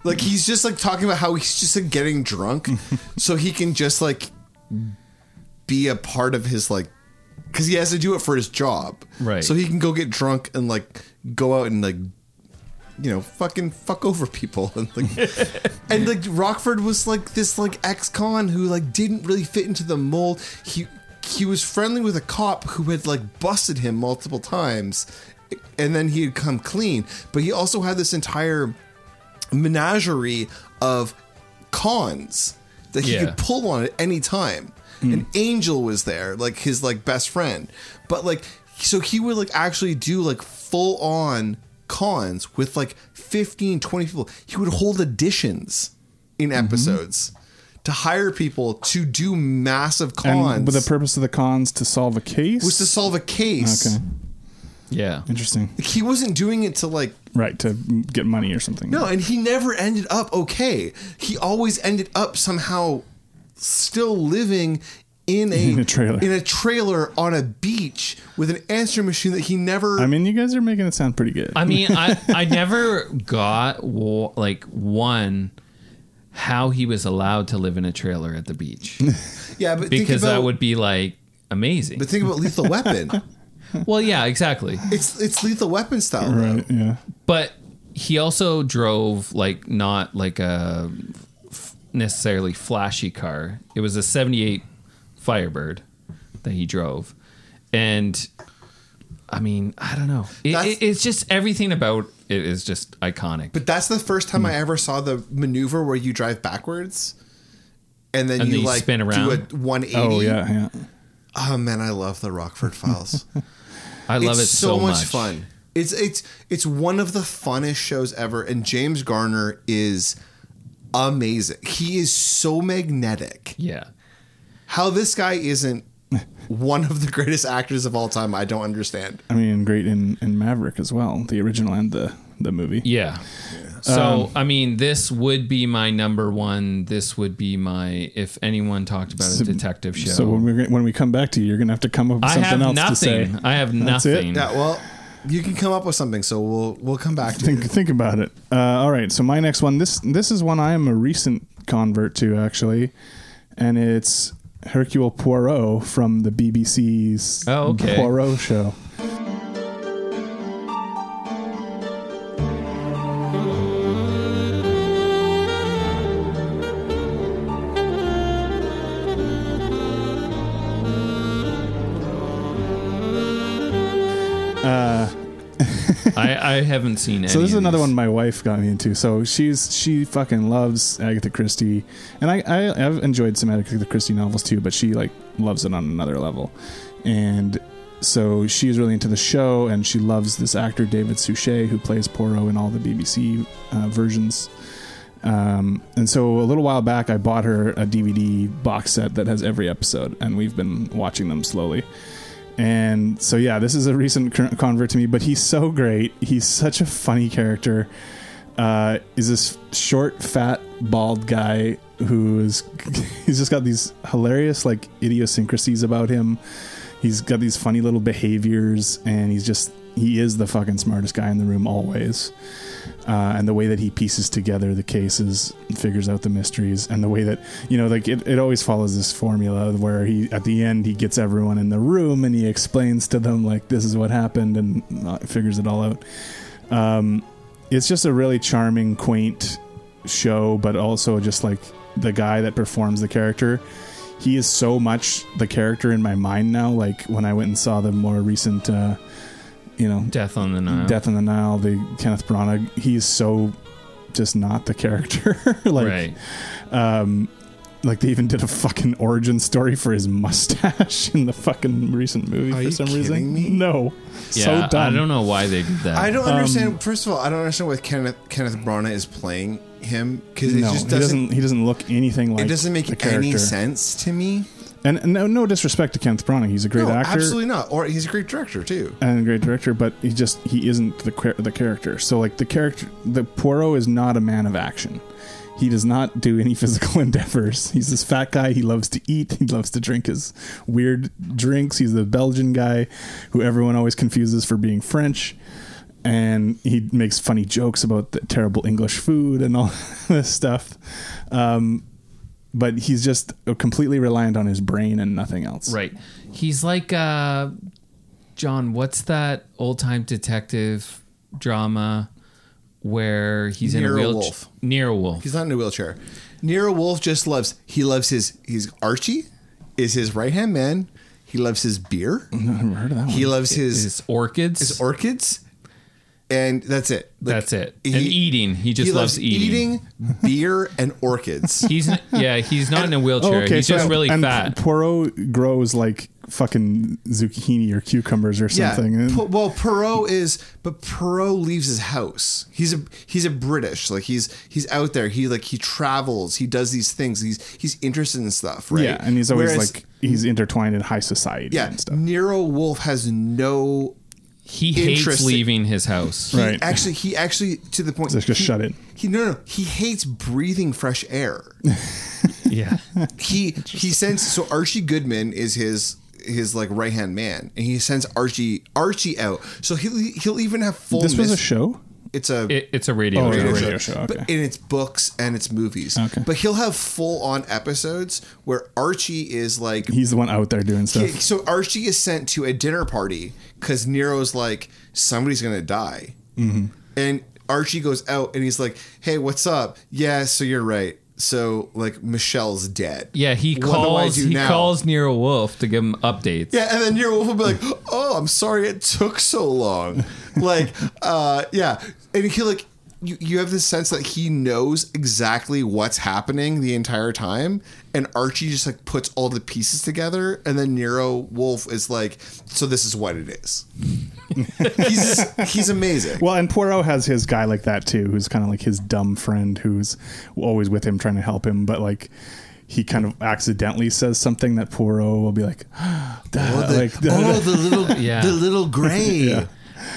S6: like he's just like talking about how he's just like getting drunk so he can just like be a part of his like cuz he has to do it for his job.
S5: Right.
S6: So he can go get drunk and like go out and like you know, fucking fuck over people and like and like Rockford was like this like ex-con who like didn't really fit into the mold. He he was friendly with a cop who had like busted him multiple times, and then he had come clean. But he also had this entire menagerie of cons that he
S5: Yeah.
S6: could pull on at any time.
S4: Hmm.
S6: An angel was there, like his like best friend. But like so he would like actually do like full on cons with like 15 20 people. He would hold auditions in
S4: Mm-hmm.
S6: episodes to hire people to do massive cons.
S4: And with the purpose of the cons to solve a case.
S6: was to solve a case.
S4: okay,
S5: yeah
S4: interesting.
S6: He wasn't doing it to like
S4: Right to get money or something.
S6: No, and he never ended up okay. He always ended up somehow still living in
S4: (laughs)
S6: a,
S4: In a trailer.
S6: in a trailer on a beach with an answer machine that he never
S4: I mean, you guys are making it
S6: (laughs)
S4: sound pretty good.
S5: I mean, I I never got wa- like one how he was allowed to live in a trailer at the beach
S6: Yeah, but think
S5: because
S6: about,
S5: that would be like
S6: (laughs)
S5: amazing.
S6: But think about Lethal
S4: (laughs)
S6: Weapon.
S5: well, yeah, exactly.
S6: It's it's Lethal Weapon style. though.
S4: Right. Yeah.
S5: But he also drove like not like a f- necessarily flashy car. It was a 78 Firebird that he drove. And I mean, I don't know. It,
S6: That's-
S5: it- it's just everything about it is just iconic.
S6: But that's the first time
S4: Hmm.
S6: I ever saw the maneuver where you drive backwards, and then
S5: And
S6: you
S5: then you
S6: like
S5: spin around.
S6: do a one eighty.
S4: Oh yeah. Yeah.
S6: Oh man, I love the Rockford Files.
S5: I love
S6: it's
S5: it so, much.
S6: fun. It's it's it's one of the funnest shows ever, and James Garner is amazing. He is so magnetic.
S5: Yeah.
S6: How this guy isn't one of the greatest actors of all time, I don't understand.
S4: I mean, great in, in Maverick as well, the original and the the movie.
S5: Yeah.
S4: Um,
S5: So, I mean, this would be my number one. This would be my, if anyone talked about a detective show.
S4: So when we when we come back to you, you're gonna have to come up with
S5: I
S4: something
S5: have
S4: else to
S5: nothing.
S4: say.
S5: I have
S4: That's it?
S5: nothing.
S6: Yeah, well, you can come up with something, so we'll we'll come
S4: (laughs)
S6: back to it.
S4: Think think about it. Uh, all right. So my next one. This this is one I am a recent convert to actually, and it's Hercule Poirot from the BBC's
S5: Oh, okay.
S4: Poirot show.
S5: I, I haven't seen any.
S4: So this is
S5: of
S4: another
S5: these.
S4: one my wife got me into. So she's she fucking loves Agatha Christie, and I, I I've enjoyed some Agatha Christie novels too, but she like loves it on another level, and so she's really into the show, and she loves this actor David Suchet who plays Poirot in all the BBC uh, versions. Um, and so a little while back, I bought her a DVD box set that has every episode, and we've been watching them slowly. And so, yeah, this is a recent cur- convert to me, but he's so great. He's such a funny character. Uh, is this short, fat, bald guy who is (laughs) he's just got these hilarious like idiosyncrasies about him. He's got these funny little behaviors, and he's just he is the fucking smartest guy in the room always uh, and the way that he pieces together the cases, figures out the mysteries, and the way that you know, like it, it always follows this formula where he at the end he gets everyone in the room and he explains to them like this is what happened and uh, figures it all out. Um, it's just a really charming, quaint show, but also just like the guy that performs the character. He is so much the character in my mind now. Like when I went and saw the more recent, uh, you know,
S5: Death on the Nile.
S4: Death in the Nile, the Kenneth Branagh, he's so just not the character. (laughs) like,
S5: right.
S4: um, like they even did a fucking origin story for his mustache (laughs) in the fucking recent movie
S6: Are
S4: for
S6: you
S4: some
S6: kidding
S4: reason.
S6: me?
S4: No,
S5: Yeah,
S4: so dumb.
S5: I don't know why they did that.
S6: I don't understand. First of all, I don't understand why Kenneth Kenneth Branagh is playing him because it
S4: No,
S6: just
S4: he
S6: doesn't.
S4: doesn't. He doesn't look anything like.
S6: it doesn't
S4: the
S6: make
S4: character.
S6: any sense to me.
S4: And and no, no disrespect to Kenneth Branagh, he's a great
S6: no,
S4: actor
S6: absolutely not. Or he's a great director too.
S4: and a great director, but he just he isn't the char- the character. So like the character, the Poirot is not a man of action. He does not do any (laughs) physical endeavors. He's this fat guy. He loves to eat. He loves to drink his weird drinks. He's the Belgian guy who everyone always confuses for being French. And he makes funny jokes about the terrible English food and all (laughs) this stuff. Um, but he's just completely reliant on his brain and nothing else.
S5: Right. He's like uh, John. What's that old time detective drama where he's in
S6: Near
S5: a
S6: a
S5: wheelchair?
S6: Wolf.
S5: Near a wolf.
S6: He's not in a wheelchair. Nero Wolf just loves. He loves his. He's Archie, is his right hand man. He loves
S4: (laughs)
S6: his beer.
S4: Never heard of that one.
S6: He loves his
S5: His orchids.
S6: his orchids, and that's it. Like,
S5: That's it. and eating. He just
S6: he
S5: loves, eating.
S6: eating beer and
S4: (laughs)
S6: orchids. (laughs)
S5: He's n- yeah. He's not in a wheelchair. he's just really
S4: Oh, and
S5: fat.
S4: Poirot grows like fucking zucchini or cucumbers or something.
S6: Yeah.
S4: And-
S6: P- well, Perot is, but Perot leaves his house. He's a he's a British. Like he's he's out there. He like he travels. He does these things. He's he's interested in stuff, right?
S4: Yeah, and he's always
S6: Whereas-
S4: like he's intertwined in high society
S6: yeah.
S4: and stuff.
S6: Nero Wolf has no.
S5: He hates
S6: Interesting.
S5: leaving his
S6: (laughs)
S5: house.
S6: he
S4: Right.
S6: Actually, he actually to the point.
S4: Just
S6: he,
S4: shut it.
S6: He no no. He hates breathing fresh air.
S5: Yeah.
S4: (laughs)
S6: he he sends so Archie Goodman is his his like right hand man, and he sends Archie Archie out. So he'll he'll even have full.
S4: This was a
S6: mis-
S4: show.
S6: it's a
S5: It, it's a radio.
S4: Oh,
S5: show.
S4: yeah.
S6: radio
S4: radio
S6: show,
S4: show,
S6: but
S4: okay.
S6: in its books and its movies.
S4: Okay.
S6: But he'll have full on episodes where Archie is like
S4: He's the one out there doing stuff.
S6: Yeah, so Archie is sent to a dinner party because Nero's like, somebody's gonna die, and Archie goes out and he's like, "Hey, what's up? Yeah, so you're right. So like Michelle's dead.
S5: Yeah, he
S6: What do I
S5: calls.
S6: do
S5: He
S6: now?
S5: calls Nero Wolf to give him updates.
S6: Yeah, and then Nero Wolf will be like, "Oh, I'm sorry it took so
S4: (laughs)
S6: long." like, uh, yeah, and he like you, you have this sense that he knows exactly what's happening the entire time, and Archie just like puts all the pieces together, and then Nero Wolf is like, "So this is what it
S4: (laughs)
S6: is." he's he's amazing.
S4: Well, and Poirot has his guy like that too, who's kind of like his dumb friend who's always with him trying to help him, but like he kind of accidentally says something that Poirot will be like, (gasps)
S6: oh, the,
S4: like, (laughs)
S6: oh, the little
S5: Yeah.
S6: the little gray. yeah.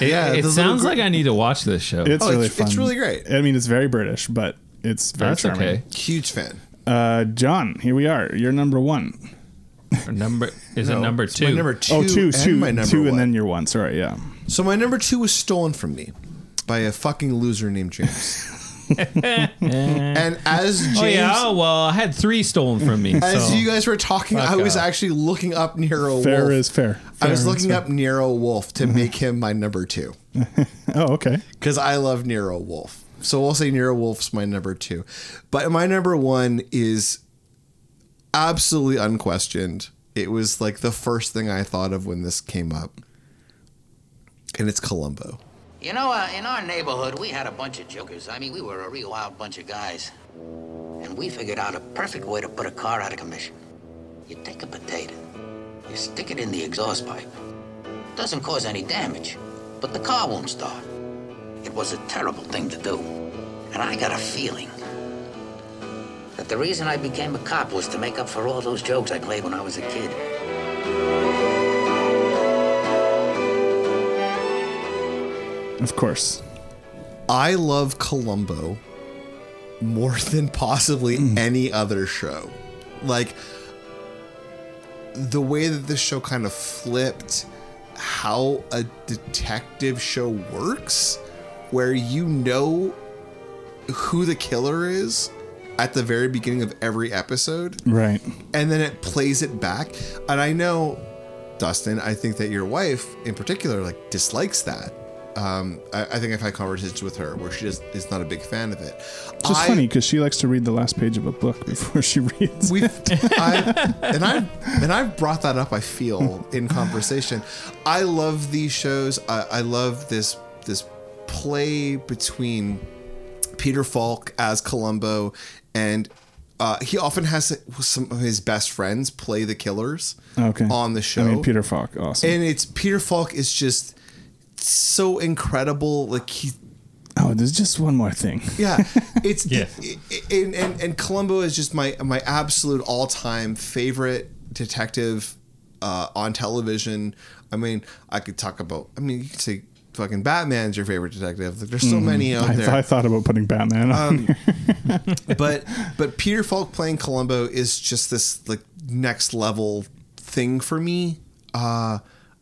S5: It, it
S6: the little
S5: sounds
S6: gr-
S5: like I need to watch this show.
S4: it's
S6: Oh, it's-
S4: really
S6: it's
S4: fun.
S6: really great.
S4: I mean, it's very British, but it's very
S5: That's
S4: charming.
S5: okay.
S6: huge fan.
S4: Uh, John, here we are. You're number one.
S5: Or Number is it number
S6: It's my
S5: two?
S6: number two.
S4: Oh, two,
S6: and
S4: two,
S6: my number
S4: two,
S6: one.
S4: and then you're one. Sorry, yeah.
S6: So my number two was stolen from me by a fucking loser named James.
S4: (laughs)
S6: and as James,
S5: Oh yeah. Oh, well, I had three stolen from (laughs) me.
S6: as
S5: so.
S6: you guys were talking, I
S5: Fuck
S6: was
S5: off.
S6: actually looking up Nero
S4: Fair
S6: Wolf.
S4: is fair.
S6: I
S4: Fair
S6: was
S4: is
S6: looking
S4: fair. Mm-hmm.
S6: up Nero Wolf to make him my number two
S4: Oh, okay.
S6: because I love Nero Wolf. So we'll say Nero Wolf's my number two, but my number one is absolutely unquestioned. It was like the first thing I thought of when this came up, and it's Columbo.
S11: You know, uh, in our neighborhood, we had a bunch of jokers. I mean, we were a real wild bunch of guys. And we figured out a perfect way to put a car out of commission. You take a potato, you stick it in the exhaust pipe. Doesn't cause any damage, but the car won't start. It was a terrible thing to do. And I got a feeling that the reason I became a cop was to make up for all those jokes I played when I was a kid.
S4: Of course.
S6: I love Columbo more (laughs) than possibly any other show. Like the way that this show kind of flipped how a detective show works, where you know who the killer is at the very beginning of every episode
S4: Right.
S6: and then it plays it back. And I know, Dustin, I think that your wife in particular like dislikes that. Um, I, I think I've had conversations with her where she just is not a big fan of it.
S4: Which is
S6: I-
S4: funny because she likes to read the last page of a book (laughs) before she reads. (laughs)
S6: We've I, and I and I've brought that up. I feel in conversation. I love these shows. I, I love this this play between Peter Falk as Columbo and. Uh, he often has some of his best friends play the killers
S4: okay.
S6: on the show.
S4: I mean, Peter Falk. Awesome.
S6: and it's Peter Falk is just so incredible. Like he,
S4: oh, there's just one more thing.
S6: (laughs) yeah, it's
S5: Yeah.
S6: i- i- and, and and Columbo is just my my absolute all time favorite detective uh, on television. I mean, I could talk about. I mean, you could say fucking Batman's your favorite detective. Like, there's
S4: (laughs)
S6: so many out
S4: Mm-hmm. I,
S6: there. Um,
S4: I thought about putting Batman on. here.
S6: but but Peter Falk playing Columbo is just this like next level thing for me. Uh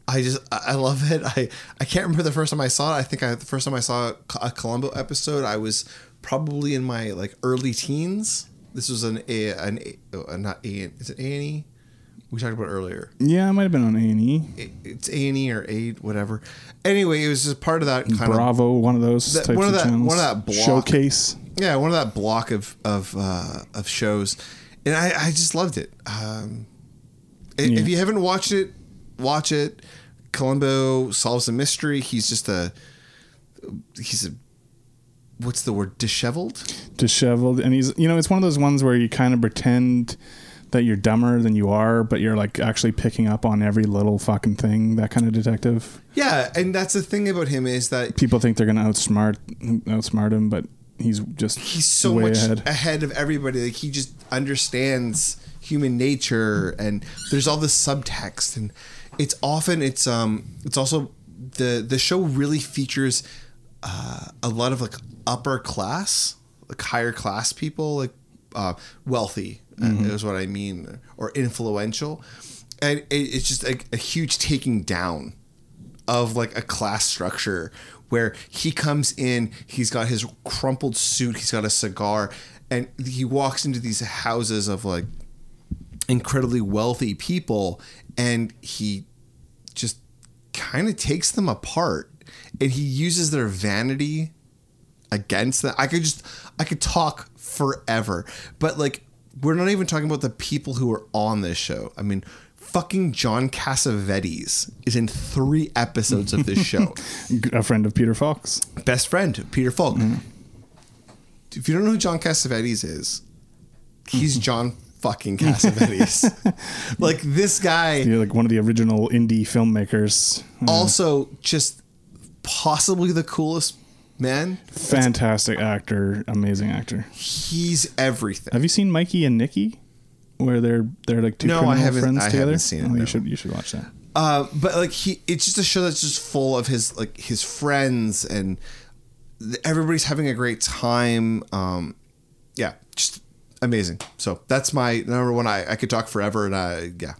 S6: I just I I love it. I I can't remember the first time I saw it. I think I, the first time I saw a, a Columbo episode, I was probably in my like early teens. This was an a an a, uh, not a is it A and E? We talked about it earlier.
S4: (laughs) yeah, I might have been on A and E,
S6: It- It's A and E or A whatever. Anyway, it was just part of that kind of
S4: Bravo, one of those
S6: That-
S4: types
S6: one of
S4: of
S6: that-
S4: channels.
S6: one of that block.
S4: showcase.
S6: yeah, one of that block of of uh, of shows, and I, I just loved it. Um, i- If you haven't watched it, watch it. Columbo solves a mystery. He's just a he's a what's the word disheveled.
S4: disheveled and he's you know it's one of those ones where you kind of pretend that you're dumber than you are but you're like actually picking up on every little fucking thing that kind of detective
S6: Yeah, and that's the thing about him is that
S4: people think they're gonna outsmart outsmart him but he's just
S6: he's so
S4: way
S6: much
S4: ahead
S6: ahead. of everybody. Like he just understands human nature, and there's all this subtext, and it's often it's um it's also the the show really features uh, a lot of like upper class, like higher class people, like uh, wealthy
S4: Mm-hmm.
S6: uh, is what I mean, or influential, and it, it's just a, a huge taking down of like a class structure where he comes in, he's got his crumpled suit, he's got a cigar, and he walks into these houses of like incredibly wealthy people and he just kind of takes them apart and he uses their vanity against them. I could just I could talk forever. But like we're not even talking about the people who are on this show. I mean, fucking John Cassavetes is in 3 episodes
S4: (laughs)
S6: of this show.
S4: A friend of Peter Fox.
S6: Best friend, Peter Falk.
S4: Mm-hmm.
S6: If you don't know who John Cassavetes is,
S4: Mm-hmm.
S6: he's John
S4: (laughs)
S6: fucking Cassavetes. like this guy
S4: You're like one of the original indie filmmakers.
S6: also just possibly the coolest man.
S4: Fantastic actor, amazing actor.
S6: He's everything.
S4: Have you seen Mikey and Nikki? Where they're they're like two
S6: No, I
S4: criminal
S6: haven't-
S4: friends
S6: I haven't
S4: together.
S6: seen it,
S4: Oh,
S6: no.
S4: You should you should watch that.
S6: Uh, but like he, it's just a show that's just full of his like his friends and th- everybody's having a great time. Um, yeah, just amazing. So that's my number one. I, I could talk forever and I yeah.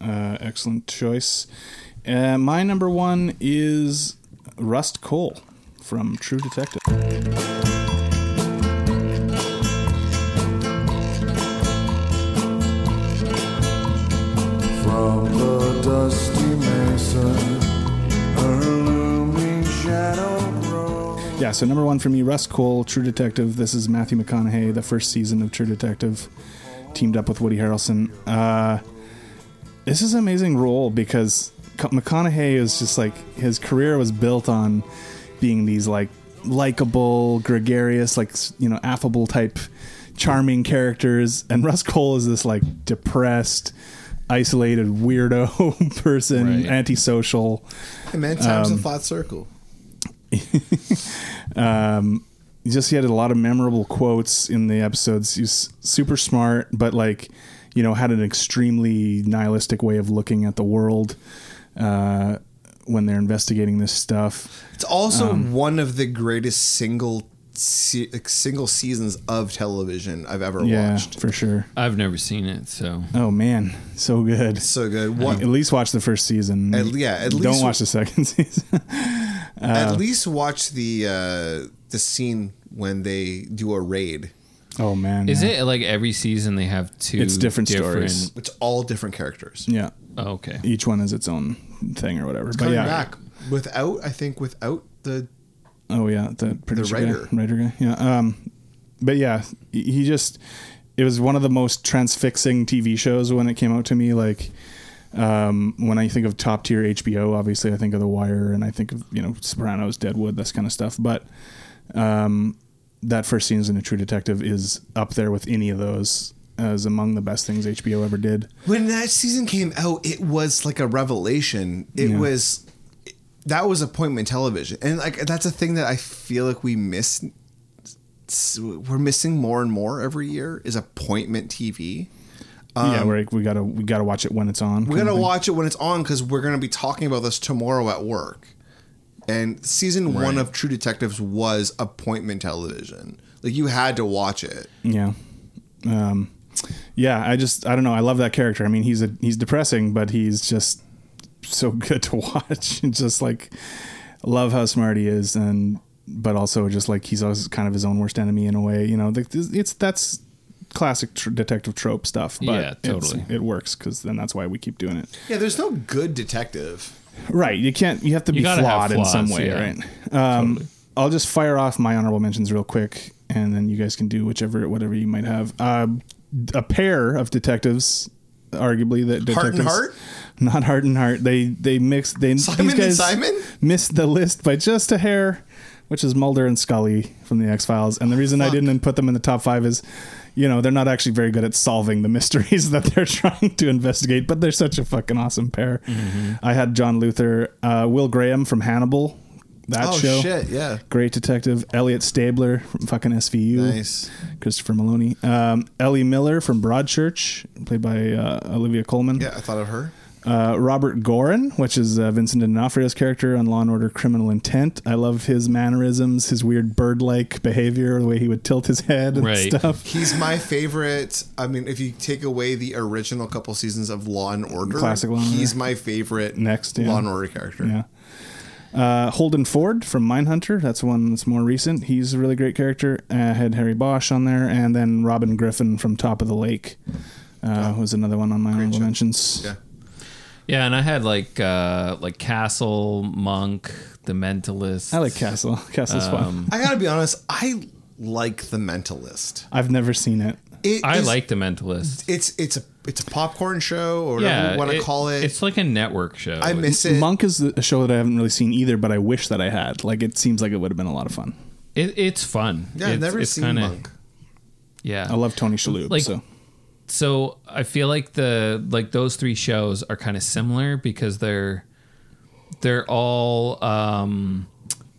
S4: Uh, excellent choice. Uh, my number one is Rust Cole from True Detective.
S7: From the dusty mesa, her looming shadow grows.
S4: Yeah, so number one for me, Russ Cole, True Detective. This is Matthew McConaughey, the first season of True Detective, teamed up with Woody Harrelson. Uh, this is an amazing role because Co- McConaughey is just like his career was built on being these like likable, gregarious, like s- you know, affable type, charming characters, and Russ Cole is this like depressed, isolated weirdo (laughs) person,
S5: Right.
S4: antisocial.
S6: Hey man,
S4: Um,
S6: time's a flat circle.
S4: just he had a lot of memorable quotes in the episodes. He's super smart, but like, you know, had an extremely nihilistic way of looking at the world uh, when they're investigating this stuff.
S6: It's also
S4: um,
S6: one of the greatest single se- like, single seasons of television I've ever
S4: Yeah,
S6: watched.
S4: for sure.
S5: I've never seen it, so
S4: Oh man, so good.
S6: So good.
S4: At
S6: One,
S4: least watch the first season.
S6: At- yeah, at
S4: don't
S6: least-
S4: watch the second (laughs) season. uh,
S6: at least watch the uh, the scene when they do a raid.
S4: oh man,
S5: is
S4: yeah.
S5: it like every season they have two?
S4: It's different stories.
S6: It's all different characters.
S4: Yeah,
S5: Oh, Okay.
S4: each one is its own thing or whatever. But
S6: coming
S4: yeah,
S6: back without I think without the
S4: Oh yeah, the producer
S6: writer.
S4: guy, writer guy. Yeah. Um, but yeah, he- he just it was one of the most transfixing TV shows when it came out to me. Like um, when I think of top tier HBO, obviously I think of The Wire and I think of you know Sopranos, Deadwood, this kind of stuff. But um, that first season of True Detective is up there with any of those as among the best things HBO ever did.
S6: when that season came out it was like a revelation it was that was appointment television and like that's a thing that I feel like we miss s- we're missing more and more every year is appointment TV
S4: yeah, where like, we gotta we gotta watch it when it's on.
S6: Um, we
S4: kind of
S6: gotta
S4: thing.
S6: watch it when it's on because we're gonna be talking about this tomorrow at work and season one of True Detectives was appointment television like you had to watch it
S4: Yeah. Um, yeah, I just I don't know. I love that character. I mean, he's a he's depressing, but he's just so (laughs) good to watch. (laughs) And just like love how smart he is, and but also just like he's always kind of his own worst enemy in a way. You know, like, this- it's that's classic tr- detective trope stuff. But
S5: Yeah,
S4: it's-
S5: totally.
S4: It works because then that's why we keep doing it.
S6: yeah there's no good detective
S4: Right. You can't. You have to be
S5: gotta have
S4: flawed in some
S5: flaws,
S4: way,
S5: yeah.
S4: right? Um, I'll just fire off my honorable mentions real quick, and then you guys can do whichever, whatever you might have. Um a pair of detectives, arguably that detectives,
S6: Heart and Heart?
S4: not heart and heart. They they mixed. They
S6: Simon
S4: these
S6: and
S4: guys
S6: Simon?
S4: missed the list by just a hair, which is Mulder and Scully from the X Files.
S6: Oh,
S4: And the reason I didn't put them in the top five is. You know, they're not actually very good at solving the (laughs) mysteries that they're trying to investigate, but they're such a fucking awesome pair.
S6: Mm-hmm.
S4: I had John Luther, uh, Will Graham from Hannibal, that
S6: Oh,
S4: show.
S6: shit, yeah.
S4: Great detective. Elliot Stabler from fucking SVU.
S6: Nice.
S4: Christopher Maloney. Um, Ellie Miller from Broadchurch, played by uh, Olivia Coleman.
S6: yeah I thought of her
S4: Uh, Robert Gorin, which is uh, Vincent D'Onofrio's character on Law and Order: Criminal Intent. I love his mannerisms, his weird bird-like behavior, the way he would tilt his head and
S5: Right.
S4: stuff.
S6: He's my favorite. I mean, if you take away the original couple seasons of Law and Order,
S4: Classic Law and
S6: he's
S4: Order.
S6: my favorite
S4: Next, yeah.
S6: Law and Order character.
S4: Yeah. Uh, Holden Ford from Mindhunter. That's one that's more recent. He's a really great character. Uh, had Harry Bosch on there, and then Robin Griffin from Top of the Lake uh, was another one on my honorable mentions.
S6: Yeah.
S5: Yeah, and I had like uh like Castle, Monk, The Mentalist.
S4: I like Castle. (laughs) Castle's fun.
S5: Um,
S6: I gotta be honest. I like The Mentalist.
S4: I've never seen it.
S6: It
S5: I
S6: is-
S5: like The Mentalist.
S6: It's it's a it's a popcorn show or whatever
S5: Yeah,
S6: you want to call it.
S5: It's like a network show.
S6: I miss it.
S4: Monk is a show that I haven't really seen either, but I wish that I had. Like, it seems like it would have been a lot of fun.
S5: It, it's fun.
S6: yeah, I've
S5: It's-
S6: never
S5: it's
S6: seen
S5: kinda-
S6: Monk.
S5: Yeah,
S4: I love Tony Shalhoub.
S5: Like-
S4: so
S5: so I feel like the like those three shows are kind of similar because they're they're all um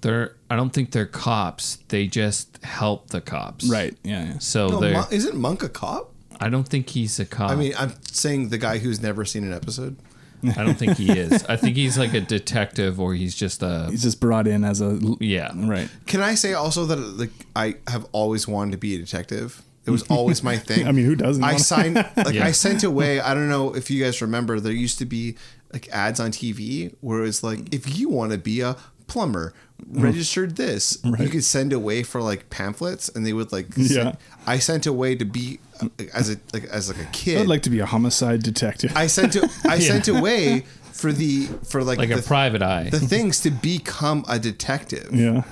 S5: they're I don't think they're cops. They just help the cops.
S4: right, yeah, yeah.
S5: So
S6: No,
S5: they're
S6: Mon- isn't Monk a cop?
S5: I don't think he's a cop.
S6: I mean, I'm saying the guy who's never seen an episode.
S5: I don't think he is. I think he's like a detective or he's just a
S4: He's just brought in as a
S5: yeah.
S4: right.
S6: Can I say also that like I have always wanted to be a detective. It was always
S4: (laughs)
S6: my thing.
S4: I mean, who doesn't
S6: I
S4: wanna- (laughs)
S6: signed like
S5: Yeah.
S6: I sent away. I don't know if you guys remember. There used to be like ads on TV where it's like if you want to be a plumber,
S4: Oh.
S6: registered this. You could send away for like pamphlets, and they would like.
S4: (laughs)
S6: send-
S4: Yeah.
S6: I sent away to be uh, as a like as like a
S4: I'd
S6: kid.
S4: like to be a homicide detective.
S6: I sent to I sent away for the for like
S5: Like
S6: the,
S5: a private eye.
S6: the things to become a
S4: (laughs)
S6: detective.
S4: yeah,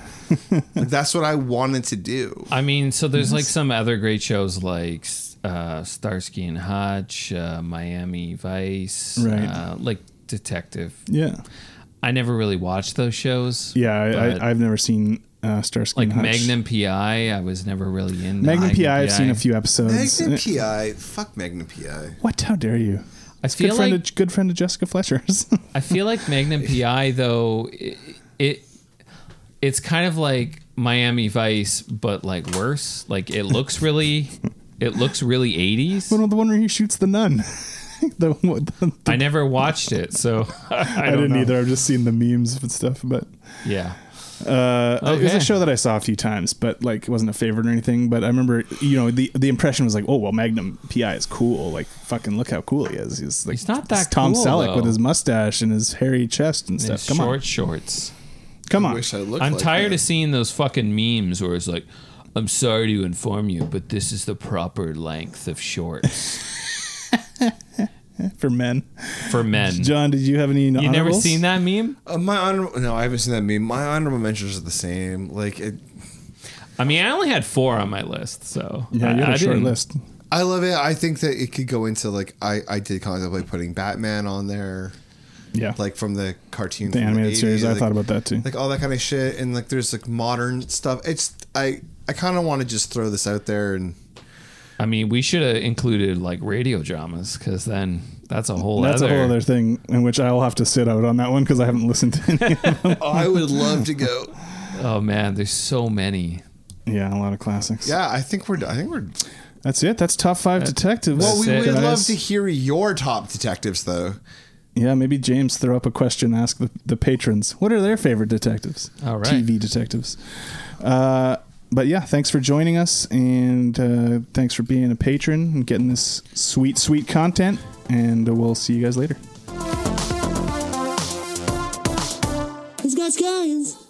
S6: Like, that's what I wanted to do.
S5: I mean, so there's like some other great shows like uh, Starsky and Hutch, uh, Miami Vice,
S4: Right.
S5: uh, like Detective.
S4: yeah,
S5: I never really watched those shows.
S4: yeah.
S5: but
S4: I, I, I've never seen uh, Starsky
S5: like
S4: and Hutch.
S5: Magnum PI. I was never really in
S4: Magnum PI. I've seen a few episodes. Eh,
S6: Magnum PI. Fuck Magnum PI.
S4: What? How dare you?
S5: I
S4: Good
S5: feel
S4: friend,
S5: like
S4: of, good friend of Jessica Fletcher's. (laughs)
S5: I feel like Magnum PI though it, it it's kind of like Miami Vice, but like worse. Like it looks
S4: (laughs)
S5: really, it looks really 80s.
S4: the one where he shoots the nun. (laughs) the, what- the-
S5: I never watched it, so (laughs) I,
S4: I,
S5: don't
S4: didn't
S5: know.
S4: either. I've just seen the memes and stuff, but
S5: Yeah.
S4: uh, it was
S5: Okay.
S4: a show that I saw a few times, but like it wasn't a favorite or anything. But I remember, you know, the the impression was like, oh well, Magnum PI is cool. Like fucking look how cool he is. He's like
S5: He's not
S4: it's
S5: that
S4: Tom
S5: cool,
S4: Selleck
S5: though.
S4: with his mustache and his hairy chest and
S5: And
S4: stuff. Come
S5: short
S4: on, uh,
S5: shorts.
S4: come on.
S6: Wish I looked.
S5: I'm
S6: like
S5: tired
S6: that.
S5: of seeing those fucking memes where it's like, I'm sorry to inform you, but this is the proper length of shorts
S4: For men, (laughs)
S5: for men.
S4: John, did you have any?
S5: Hmm. You never seen that meme?
S6: Uh, my honorable. No, I haven't seen that meme. My honorable mentions are the same. Like, it,
S5: I mean, I only had four on my list, so
S4: Yeah, you
S5: I,
S4: had a
S5: I
S4: short
S5: didn't-
S4: list.
S6: I love it. I think that it could go into like I. I did contemplate putting Batman on there,
S4: Yeah,
S6: like from the cartoon,
S4: the
S6: from
S4: animated
S6: 80s,
S4: series. I
S6: like-
S4: thought about that too.
S6: like all that kind of shit. And like, there's like modern stuff. It's I. I kind of want to just throw this out there and
S5: I mean, we should have included like radio dramas because then that's a whole
S4: That's
S5: other.
S4: a whole other thing in which I will have to sit out on that one because I haven't listened to any.
S5: (laughs)
S4: of them.
S6: I would love to go.
S5: Oh man, there's so many.
S4: yeah, a lot of classics.
S6: (laughs) Yeah, I think we're. I think we're.
S4: That's it. That's top five detectives.
S5: Well,
S6: We
S5: Sick.
S6: would love
S4: guys.
S6: to hear your top detectives though.
S4: Yeah, maybe James throw up a question, ask the, the patrons what are their favorite detectives?
S5: All right.
S4: TV detectives. Uh, but yeah, thanks for joining us and uh, thanks for being a patron and getting this sweet, sweet content. And we'll see you guys later.
S12: He's got scallions.